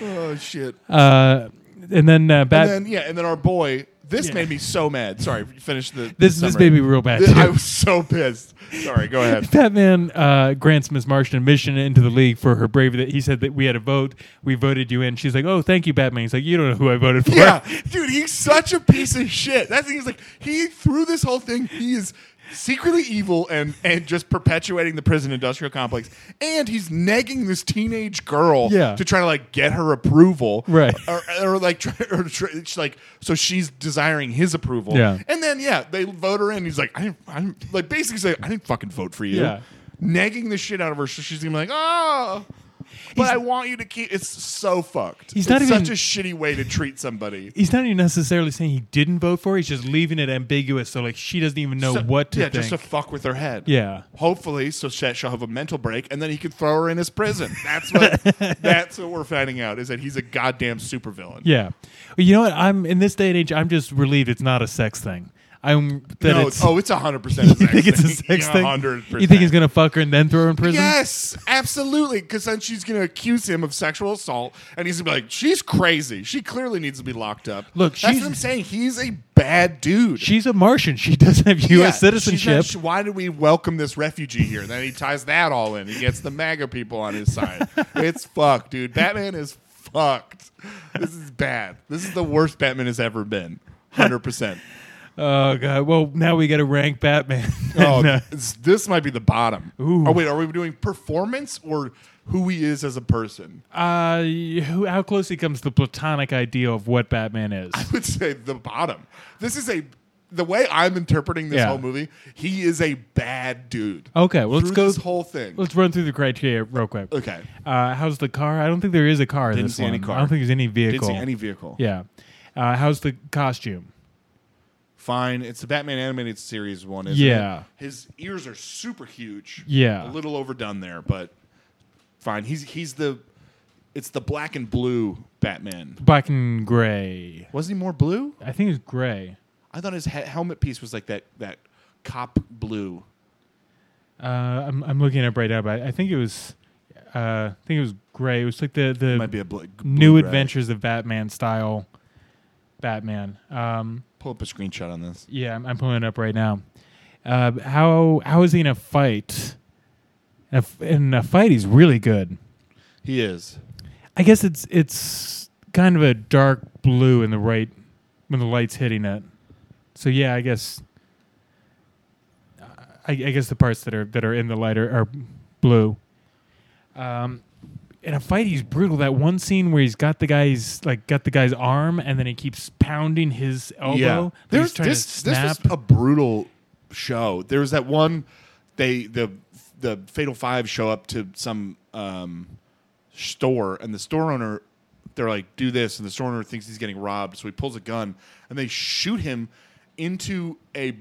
S1: Oh, shit.
S2: Uh, and then uh, Bat.
S1: and then, yeah, and then our boy, this
S2: Yeah.
S1: made me so mad. Sorry, finish the.
S2: this
S1: the
S2: this
S1: summary.
S2: made me real bad.
S1: This-
S2: too.
S1: I was so pissed. Sorry, go ahead.
S2: Batman uh, grants Miss Marston admission into the league for her bravery. That he said that we had a vote, we voted you in. She's like, "Oh, thank you, Batman." He's like, "You don't know who I voted for."
S1: Yeah, dude, he's such a piece of shit. That thing is like he threw this whole thing. He is secretly evil and and just perpetuating the prison industrial complex. And he's negging this teenage girl
S2: Yeah.
S1: to try to like get her approval,
S2: Right.
S1: Or, or like, try, or try, it's like so she's desiring his approval.
S2: Yeah.
S1: And then yeah, they vote her in. He's like, I, didn't- I didn't- like basically say, I didn't fucking vote for you.
S2: Yeah.
S1: Nagging the shit out of her, so she's gonna be like, oh. But I want you to keep. It's so fucked.
S2: He's not
S1: It's
S2: even-
S1: such a shitty way to treat somebody.
S2: He's not even necessarily saying he didn't vote for. her. He's just leaving it ambiguous, so like she doesn't even know
S1: So-
S2: what to
S1: yeah,
S2: think.
S1: just to fuck with her head.
S2: yeah,
S1: Hopefully, so she- she'll have a mental break, and then he could throw her in his prison. That's what. that's what we're finding out is that he's a goddamn supervillain.
S2: yeah. Well, you know what? I'm in this day and age. I'm just relieved it's not a sex thing. I'm that
S1: no,
S2: it's.
S1: oh, it's hundred percent.
S2: you think it's a sex thing?
S1: Hundred percent.
S2: You think he's gonna fuck her and then throw her in prison?
S1: Yes, absolutely. Because then she's going to accuse him of sexual assault, and he's going to be like, "She's crazy. She clearly needs to be locked up."
S2: Look,
S1: that's
S2: she's-
S1: what I'm saying. He's a bad dude.
S2: She's a Martian. She doesn't have
S1: Yeah,
S2: U.S.
S1: she's
S2: citizenship.
S1: not- she- why did we welcome this refugee here? Then he ties that all in. He gets the MAGA people on his side. it's fucked, dude. Batman is fucked. This is bad. This is the worst Batman has ever been. Hundred percent.
S2: oh god. Well, now we got to rank Batman.
S1: Oh,
S2: And, uh,
S1: this, this might be the bottom. Oh wait, are we doing performance or who he is as a person?
S2: uh, who? How close he comes to the platonic ideal of what Batman is?
S1: would say the bottom. This is a the way I'm interpreting this
S2: Yeah.
S1: whole movie. He is a bad dude.
S2: Okay, well, let's
S1: Through
S2: go-
S1: this whole thing.
S2: Let's run through the criteria real quick.
S1: Okay.
S2: Uh, how's the car? I don't think there is a car. in
S1: Didn't
S2: this
S1: see any
S2: one.
S1: car.
S2: I don't think there's any
S1: Didn't
S2: vehicle.
S1: see any vehicle.
S2: Yeah. Uh, how's the costume?
S1: Fine. It's the Batman animated series one. Isn't
S2: Yeah.
S1: It? His ears are super huge. A
S2: Yeah.
S1: little overdone there, but fine. He's he's the it's the black and blue Batman.
S2: Black and gray.
S1: Was he more blue?
S2: I think it's gray.
S1: I thought his he- helmet piece was like that that cop blue.
S2: Uh, I'm I'm looking it up right now, but I think it was, uh, I think it was gray. It was like the the
S1: Might be a bl-
S2: New
S1: blue-gray.
S2: Adventures of Batman style. Batman. Um,
S1: Pull up a screenshot on this.
S2: yeah, I'm, I'm pulling it up right now. Uh, how how is he in a fight? In a f- In a fight, he's really good.
S1: He is.
S2: I guess it's it's kind of a dark blue in the right when the light's hitting it. So yeah, I guess I, I guess the parts that are that are in the light are, are blue. Um, in a fight, he's brutal. That one scene where he's got the guy's like got the guy's arm, and then he keeps pounding his elbow. but he's
S1: There's
S2: trying to
S1: this this was
S2: snap.
S1: a brutal show. There was that one they the the Fatal Five show up to some um, store and the store owner they're like do this and the store owner thinks he's getting robbed so he pulls a gun and they shoot him into a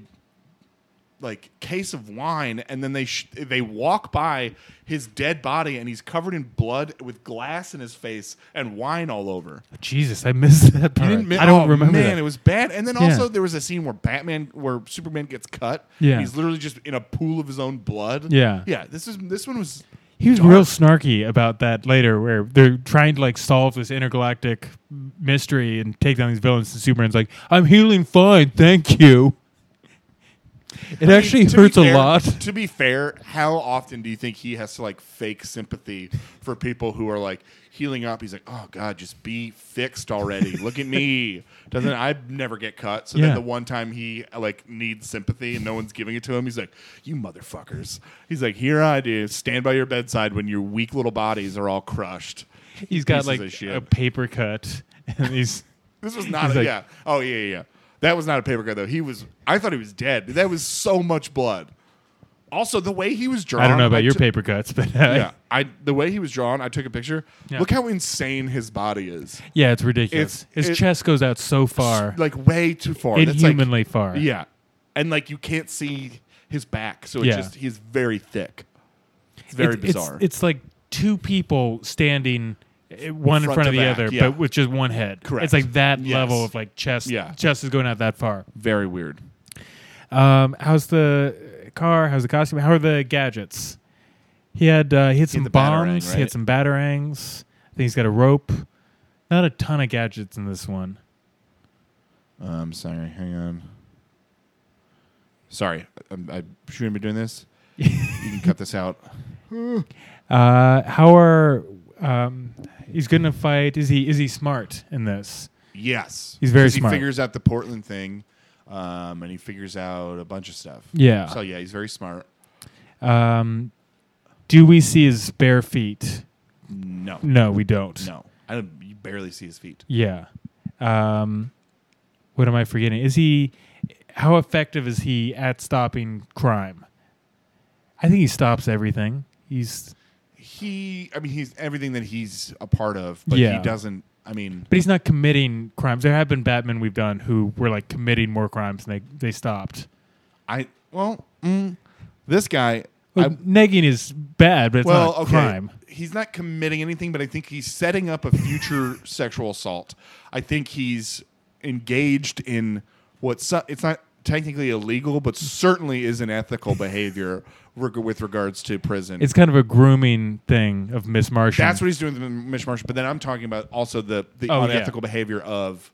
S1: like case of wine and then they sh- they walk by his dead body and he's covered in blood with glass in his face and wine all over
S2: Jesus, I missed that part.
S1: you didn't mi-
S2: I don't
S1: oh,
S2: remember.
S1: Man,
S2: that.
S1: it was bad. And then
S2: Yeah.
S1: also there was a scene where Batman, where Superman gets cut.
S2: Yeah.
S1: he's literally just in a pool of his own blood.
S2: Yeah.
S1: yeah. This is this one was
S2: He was
S1: dark.
S2: real snarky about that later, where they're trying to like solve this intergalactic mystery and take down these villains. And Superman's like, "I'm healing fine, thank you." It
S1: I mean,
S2: actually
S1: to be
S2: hurts a
S1: fair-
S2: lot.
S1: To be fair, how often do you think he has to like fake sympathy for people who are like healing up? He's like, oh god, just be fixed already. Look at me. Doesn't I never get cut? So
S2: Yeah.
S1: then the one time he like needs sympathy and no one's giving it to him, he's like, you motherfuckers. He's like, here I do. Stand by your bedside when your weak little bodies are all crushed.
S2: He's got
S1: pieces
S2: like
S1: of shit.
S2: a paper cut, and he's
S1: This was not.
S2: He's
S1: A,
S2: like-
S1: yeah. Oh yeah, yeah. yeah. That was not a paper cut though. He was. I thought he was dead. That was so much blood. Also, the way he was drawn.
S2: I don't know about your
S1: took-
S2: paper cuts, but uh,
S1: Yeah,
S2: yeah.
S1: I the way he was drawn. I took a picture.
S2: Yeah.
S1: Look how insane his body is.
S2: it's ridiculous.
S1: It's-
S2: His
S1: it-
S2: chest goes out so far,
S1: Like way too far. That's like-
S2: inhumanly far.
S1: yeah, and like you can't see his back, so it
S2: Yeah.
S1: just he's very thick. It's very
S2: It-
S1: bizarre.
S2: It's, it's like two people standing uh, one in
S1: Front
S2: front
S1: to
S2: of the
S1: back,
S2: other,
S1: yeah.
S2: but with just one head.
S1: Correct.
S2: It's like that
S1: Yes.
S2: level of like chest.
S1: Yeah.
S2: Chest is going out that far.
S1: very weird.
S2: Um, how's the car? How's the costume? How are the gadgets? He had uh, he had some
S1: the batarang,
S2: bombs. He
S1: right?
S2: had some batarangs. I think he's got a rope. Not a ton of gadgets in this one.
S1: I'm Um, sorry. Hang on. Sorry, I'm, I shouldn't be doing this. you can cut this out.
S2: Uh, how are um, he's good in a fight? Is he is he smart in this?
S1: Yes,
S2: He's very
S1: 'Cause
S2: smart.
S1: He figures out the Portland thing, um, and he figures out a bunch of stuff.
S2: Yeah.
S1: So yeah, he's very smart.
S2: Um, do we see his bare feet?
S1: No,
S2: No, we don't.
S1: no, I don't, you barely see his feet.
S2: Yeah. Um, what am I forgetting? Is he? How effective is he at stopping crime? I think he stops everything. He's,
S1: He, I mean, he's everything that he's a part of, but
S2: Yeah.
S1: he doesn't. I mean,
S2: but he's not committing crimes. There have been Batman we've done who were like committing more crimes and they they stopped.
S1: I well, mm, this guy.
S2: Well,
S1: I,
S2: negging is bad, but it's
S1: well,
S2: not a
S1: okay.
S2: crime.
S1: He's not committing anything, but I think he's setting up a future sexual assault. I think he's engaged in what so, it's not technically illegal, but certainly is an ethical behavior reg- with regards to prison.
S2: It's kind of a grooming thing of Miss Martian.
S1: That's what he's doing with Mitch Marsh. But then I'm talking about also the, the
S2: Oh, yeah.
S1: unethical behavior of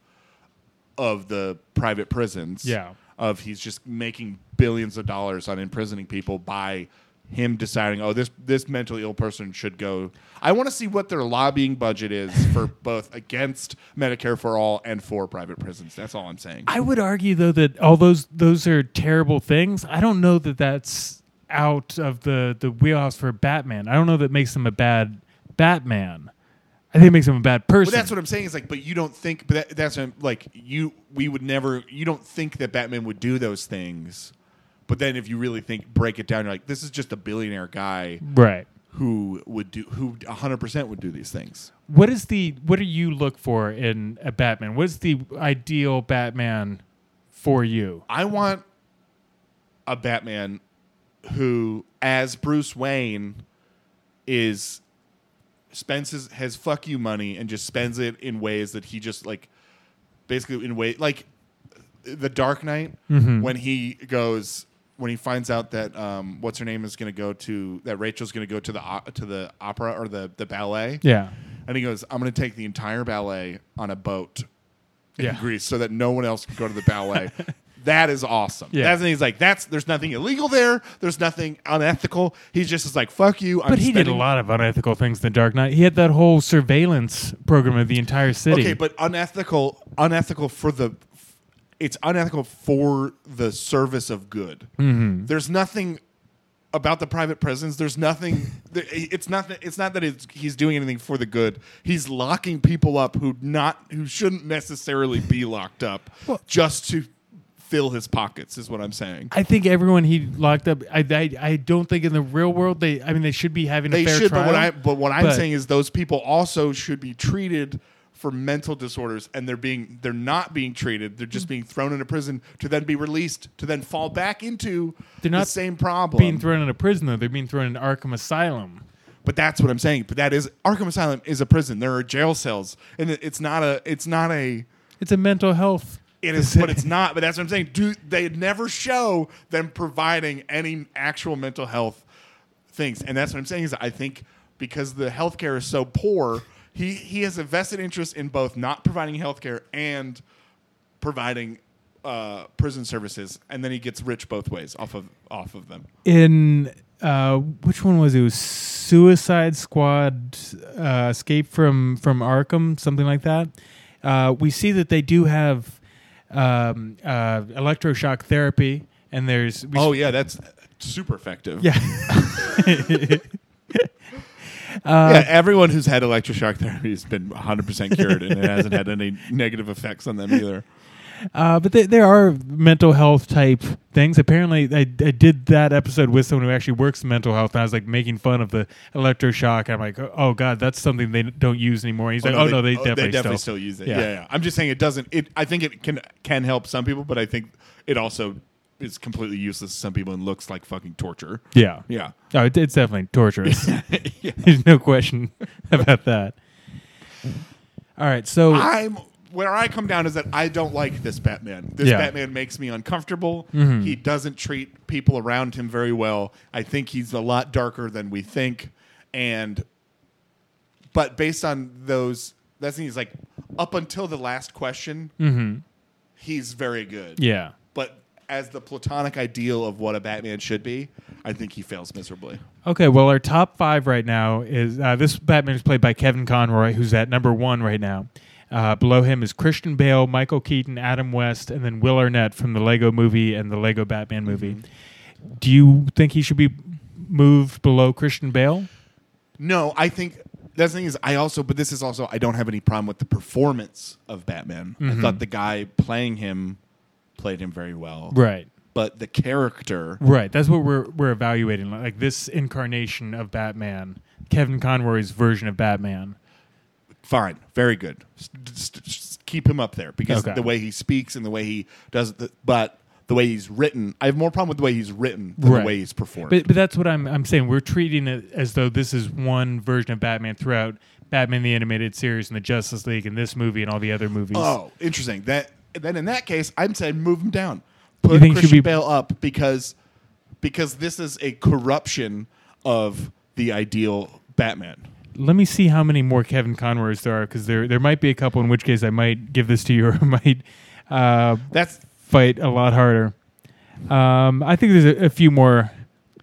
S1: of the private prisons.
S2: Yeah.
S1: Of he's just making billions of dollars on imprisoning people by him deciding, oh, this this mentally ill person should go. I want to see what their lobbying budget is for both against Medicare for all and for private prisons. That's all I'm saying.
S2: I would argue though that all those those are terrible things. I don't know that that's out of the the wheelhouse for Batman. I don't know that makes him a bad Batman. I think it makes him a bad person.
S1: But that's what I'm saying is like, but you don't think, but that, that's what I'm- like you. We would never. You don't think that Batman would do those things. But then, if you really think, break it down, you're like, this is just a billionaire guy
S2: right.
S1: who would do who 100 percent would do these things.
S2: What is the what do you look for in a Batman? What is the ideal Batman for you?
S1: I want a Batman who, as Bruce Wayne, is spends his, his fuck you money and just spends it in ways that he just like basically in way like the Dark Knight when he goes when he finds out that um, what's her name is going to go to that Rachel's going to go to the o- to the opera or the the ballet
S2: Yeah.
S1: and he goes I'm going to take the entire ballet on a boat in
S2: Yeah.
S1: Greece so that no one else can go to the ballet. that is awesome.
S2: Yeah.
S1: That's, and he's like, that's there's nothing illegal there. There's nothing unethical. He's just is like, fuck you. I'm
S2: But he did a
S1: spending-
S2: lot of unethical things in the Dark Knight. He had that whole surveillance program of the entire city.
S1: Okay, but unethical, unethical for the. It's unethical for the service of good. There's nothing about the private prisons. There's nothing. th- It's not. That, it's not that it's, he's doing anything for the good. He's locking people up who not who shouldn't necessarily be locked up just to fill his pockets. Is what I'm saying.
S2: I think everyone he locked up. I, I I don't think in the real world they. I mean, they should be having
S1: They
S2: a fair
S1: should,
S2: trial.
S1: but what I but what I'm
S2: but-
S1: saying is those people also should be treated for mental disorders, and they're being they're not being treated. They're just being thrown into prison to then be released to then fall back into
S2: They're
S1: the
S2: not
S1: same problem.
S2: being thrown in a prison though. They're being thrown in Arkham Asylum.
S1: but that's what I'm saying. But that is Arkham Asylum is a prison. There are jail cells, and it- it's not a it's not a
S2: It's a mental health.
S1: it is, but it's not. But that's what I'm saying. Do they never show them providing any actual mental health things? And that's what I'm saying is I think because the healthcare is so poor, he he has a vested interest in both not providing healthcare and providing uh, prison services, and then he gets rich both ways off of off of them.
S2: In uh, which one was it? It was Suicide Squad, uh, Escape from from Arkham, something like that. Uh, we see that they do have um, uh, electroshock therapy, and there's we
S1: Oh yeah, that's super effective.
S2: yeah.
S1: yeah, everyone who's had electroshock therapy has been 100% cured, and it hasn't had any negative effects on them either.
S2: Uh, but there, there are mental health type things. Apparently, I, I did that episode with someone who actually works in mental health, and I was like making fun of the electroshock. I'm like, oh god, that's something they don't use anymore. And he's like, oh no, they, definitely,
S1: still. use it. Yeah.
S2: Yeah.
S1: yeah, I'm just saying it doesn't. It. I think it can can help some people, but I think it also is completely useless to some people and looks like fucking torture.
S2: Yeah,
S1: Yeah.
S2: Oh, it, it's definitely torturous.
S1: yeah.
S2: There's no question about that. All right, so
S1: I'm where I come down is that I don't like this Batman. This
S2: Yeah. Mm-hmm.
S1: Batman makes me uncomfortable. He doesn't treat people around him very well. I think he's a lot darker than we think, and but based on those, that's he's like up until the last question,
S2: Mm-hmm.
S1: he's very good.
S2: yeah,
S1: but as the platonic ideal of what a Batman should be, I think he fails miserably.
S2: Okay, well, our top five right now is uh, this Batman is played by Kevin Conroy, who's at number one right now. Uh, below him is Christian Bale, Michael Keaton, Adam West, and then Will Arnett from the Lego movie and the Lego Batman movie. Do you think he should be moved below Christian Bale?
S1: No, I think that's the thing is I also, but this is also I don't have any problem with the performance of Batman. I thought the guy playing him played him very well,
S2: Right.
S1: but the character
S2: Right. That's what we're, we're evaluating. Like this incarnation of Batman, Kevin Conroy's version of Batman.
S1: fine, very good. S- s- s- keep him up there because
S2: Okay.
S1: the way he speaks and the way he does, the, but the way he's written, I have more problem with the way he's written than
S2: Right.
S1: the way he's performed.
S2: But, but that's what I'm, I'm saying. We're treating it as though this is one version of Batman throughout Batman the Animated Series and the Justice League and this movie and all the other movies.
S1: Oh, interesting. That then in that case, I'm saying move him down. put
S2: You think
S1: Christian
S2: she'd be-
S1: Bale up because because this is a corruption of the ideal Batman.
S2: Let me see how many more Kevin Conroys there are, because there there might be a couple. In which case, I might give this to you, or I might uh,
S1: That's
S2: fight a lot harder. Um, I think there's a, a few more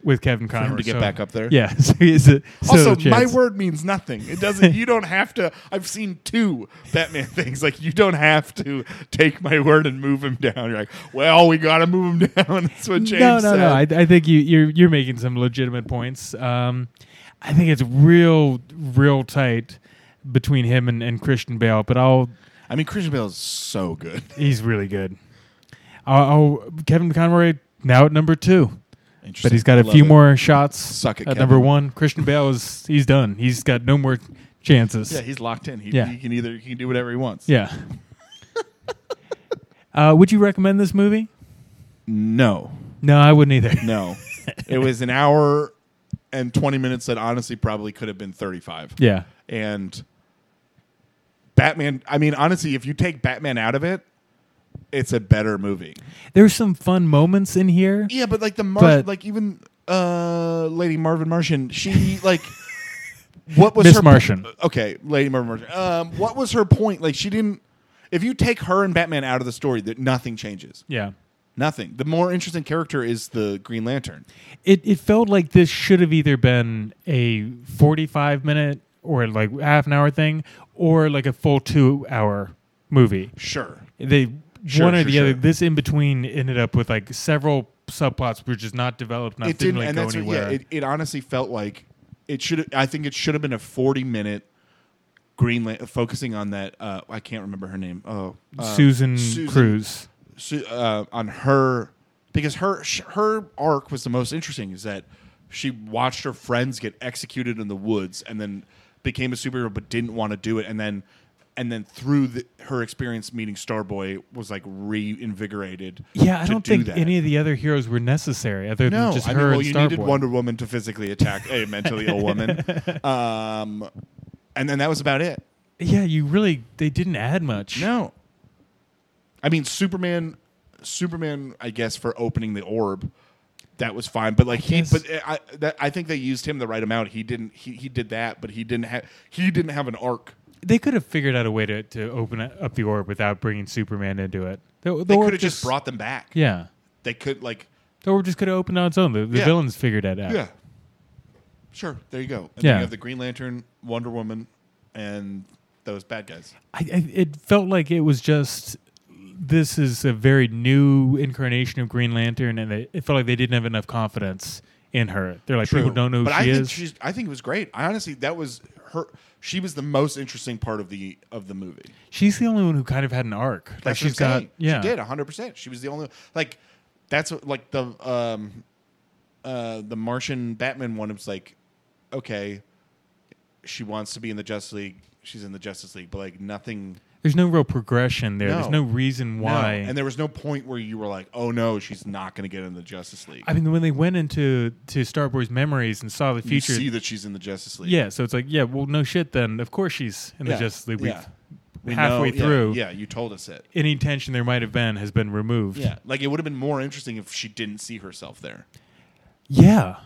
S2: with Kevin Conroy
S1: him to get
S2: so-
S1: back up there.
S2: Yeah. So is it, so
S1: also
S2: the
S1: my
S2: chance.
S1: word means nothing. It doesn't. you don't have to. I've seen two Batman things. Like you don't have to take my word and move him down. You're like, well, we got to move him down. That's what James
S2: no, no,
S1: said.
S2: no. I, I think you, you're you're making some legitimate points. Um, I think it's real, real tight between him and, and Christian Bale, but I'll
S1: I mean, Christian Bale is so good.
S2: he's really good. I'll, I'll Kevin Conroy now at number two,
S1: Interesting.
S2: but he's got
S1: I
S2: a
S1: love
S2: few
S1: it.
S2: more shots.
S1: Suck it,
S2: at number
S1: Kevin.
S2: one. Christian Bale is he's done. He's got no more chances.
S1: Yeah, he's locked in. He,
S2: Yeah.
S1: he can either he can do whatever he wants.
S2: Yeah. uh, would you recommend this movie?
S1: No,
S2: No, I wouldn't either.
S1: no. it was an hour and twenty minutes that honestly probably could have been thirty-five.
S2: Yeah.
S1: and Batman. I mean, honestly, if you take Batman out of it, it's a better movie.
S2: There's some fun moments in here.
S1: Yeah, but like the Mar-
S2: But-
S1: like even uh, Lady Marvin Martian, she like what was
S2: Miss
S1: her
S2: Martian.
S1: okay, Lady Marvin Martian. Um, what was her point? Like she didn't. If you take her and Batman out of the story, that nothing changes.
S2: Yeah.
S1: Nothing. The more interesting character is the Green Lantern.
S2: It it felt like this should have either been a 45 minute or like half an hour thing or like a full 2 hour movie.
S1: Sure.
S2: They
S1: Sure,
S2: one or
S1: sure,
S2: the
S1: sure.
S2: other this in between ended up with like several subplots which is not developed not
S1: it
S2: didn't,
S1: didn't,
S2: like
S1: and
S2: go
S1: that's what-
S2: anywhere.
S1: yeah. It, it honestly felt like it should. I think it should have been a forty-minute Green Lan- focusing on that. Uh, I can't remember her name. Oh, uh,
S2: Susan,
S1: Susan-
S2: Cruz.
S1: Su- uh, on her because her sh- her arc was the most interesting. Is that she watched her friends get executed in the woods and then became a superhero, but didn't want to do it, and then and then through the, her experience meeting Starboy was like reinvigorated.
S2: Yeah, I
S1: to
S2: don't
S1: do
S2: think
S1: that.
S2: any of the other heroes were necessary other
S1: No,
S2: than just
S1: I
S2: her
S1: mean, well,
S2: and
S1: you
S2: Starboy.
S1: needed Wonder Woman to physically attack a mentally ill woman, um, and then that was about it.
S2: Yeah, you really they didn't add much.
S1: No, I mean Superman. Superman, I guess, for opening the orb, that was fine. But like he,
S2: guess.
S1: but eh, I, that, I think they used him the right amount. He didn't. He, he did that, but he didn't have. He didn't have an arc.
S2: They could have figured out a way to, to open it- up the orb without bringing Superman into it. The, the
S1: They
S2: orb
S1: could have just brought them back.
S2: Yeah.
S1: They could like,
S2: The orb just could have opened on its own. The, the
S1: Yeah.
S2: villains figured that out.
S1: yeah, sure. There you go. And
S2: Yeah.
S1: then you have the Green Lantern, Wonder Woman, and those bad guys.
S2: I, I, it felt like it was just this is a very new incarnation of Green Lantern, and they, it felt like they didn't have enough confidence in her. They're like people
S1: True.
S2: don't know who
S1: but I
S2: she
S1: think
S2: is.
S1: She's, I think it was great. I honestly, that was her. She was the most interesting part of the of the movie.
S2: she's the only one who kind of had an arc. like
S1: That's what
S2: she's
S1: I'm
S2: got
S1: saying.
S2: yeah.
S1: She did 100. percent She was the only like. That's what- like the um, uh, the Martian Batman one. It's like, okay, she wants to be in the Justice League. She's in the Justice League, but like nothing.
S2: There's no real progression there. There's no
S1: No.
S2: reason
S1: no.
S2: why.
S1: And there was no point where you were like, oh no, she's not going to get in the Justice League.
S2: I mean, when they went into to Starboy's memories and saw the
S1: you
S2: future,
S1: see that she's in the Justice League.
S2: yeah. So it's like, yeah, well, no shit. Then of course she's in the
S1: Yeah.
S2: Justice League.
S1: Yeah. We
S2: We've
S1: know-
S2: halfway
S1: yeah,
S2: through,
S1: Yeah, you told us it.
S2: any tension there might have been has been removed.
S1: Yeah, like it would have been more interesting if she didn't see herself there.
S2: yeah.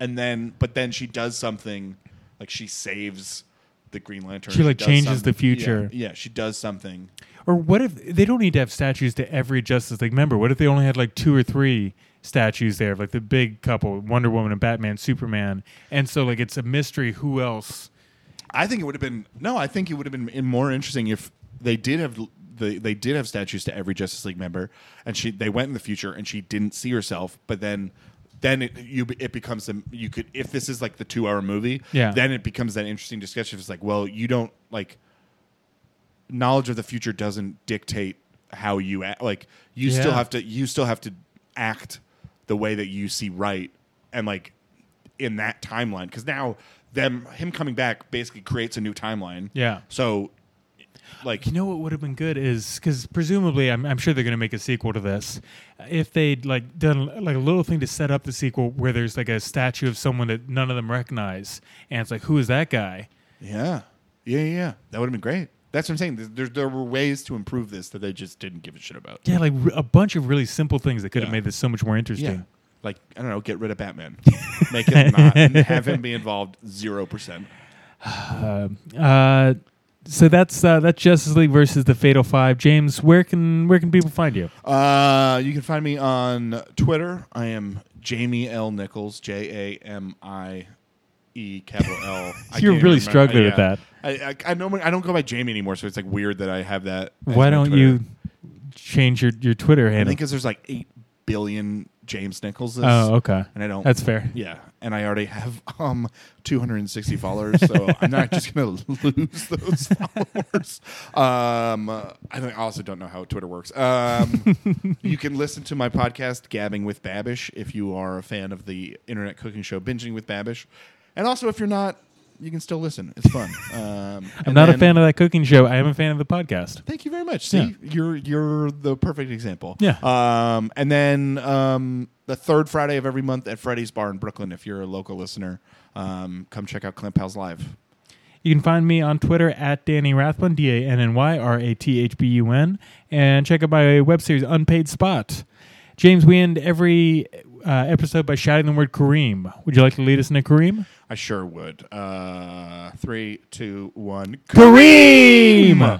S1: And then, but then she does something, like she saves the Green Lantern.
S2: She, like,
S1: does
S2: changes
S1: something-
S2: the future.
S1: Yeah, yeah, she does something.
S2: Or what if they don't need to have statues to every Justice League member? What if they only had like two or three statues there, of, like the big couple, Wonder Woman and Batman, Superman, and so like it's a mystery who else.
S1: I think it would have been no. I think it would have been in- more interesting if they did have they they did have statues to every Justice League member, and she they went in the future and she didn't see herself, but then. Then it you it becomes a you could if this is like the two hour movie
S2: Yeah.
S1: then it becomes that interesting discussion. It's like well you don't like knowledge of the future doesn't dictate how you act. Like you still
S2: Yeah.
S1: have to you still have to act the way that you see right, and like in that timeline. Because now them him coming back basically creates a new timeline.
S2: Yeah.
S1: So, like
S2: You know what would have been good is because presumably I'm, I'm sure they're going to make a sequel to this. If they'd like done like a little thing to set up the sequel where there's like a statue of someone that none of them recognize, and it's like who is that guy?
S1: yeah, yeah, yeah, yeah. That would have been great. That's what I'm saying. There's, there, there were ways to improve this that they just didn't give a shit about.
S2: Yeah, like r- a bunch of really simple things that could have
S1: Yeah.
S2: made this so much more
S1: Yeah.
S2: interesting.
S1: Like, I don't know, get rid of Batman. Make him not and have him be involved 0%.
S2: Uh, so that's uh, that's Justice League versus the Fatal Five. James, where can where can people find you?
S1: Uh, you can find me on Twitter. I am Jamie L. Nichols, J A M I E capital L. I
S2: You're
S1: can't
S2: really
S1: remember-
S2: struggling with that.
S1: I, I, I, normally, I don't go by Jamie anymore, so it's like weird that I have that. as
S2: Why
S1: my
S2: don't
S1: Twitter.
S2: you change your your Twitter
S1: I
S2: handle?
S1: think because there's like 8 billion James Nichols.
S2: Oh, okay.
S1: And I don't.
S2: That's fair.
S1: yeah, and I already have um 260 followers, so I'm not just gonna lose those followers. Um, uh, I don't- I also don't know how Twitter works. Um, you can listen to my podcast "Gabbing with Babish" if you are a fan of the internet cooking show "Binging with Babish," and also if you're not, you can still listen. It's fun. Um,
S2: I'm not a fan of that cooking show. I am a fan of the podcast.
S1: Thank you very much. See,
S2: Yeah.
S1: you're you're the perfect example.
S2: Yeah.
S1: Um, and then um, the third Friday of every month at Freddy's Bar in Brooklyn. If you're a local listener, um, come check out Clint Powell's live.
S2: You can find me on Twitter at Danny Rathbun, D A N N Y R A T H B U N, and check out my web series, Unpaid Spot. James, we end every uh, episode by shouting the word Kareem. Would you like to lead us in a Kareem?
S1: I sure would. Uh, three, two, one.
S2: Kareem!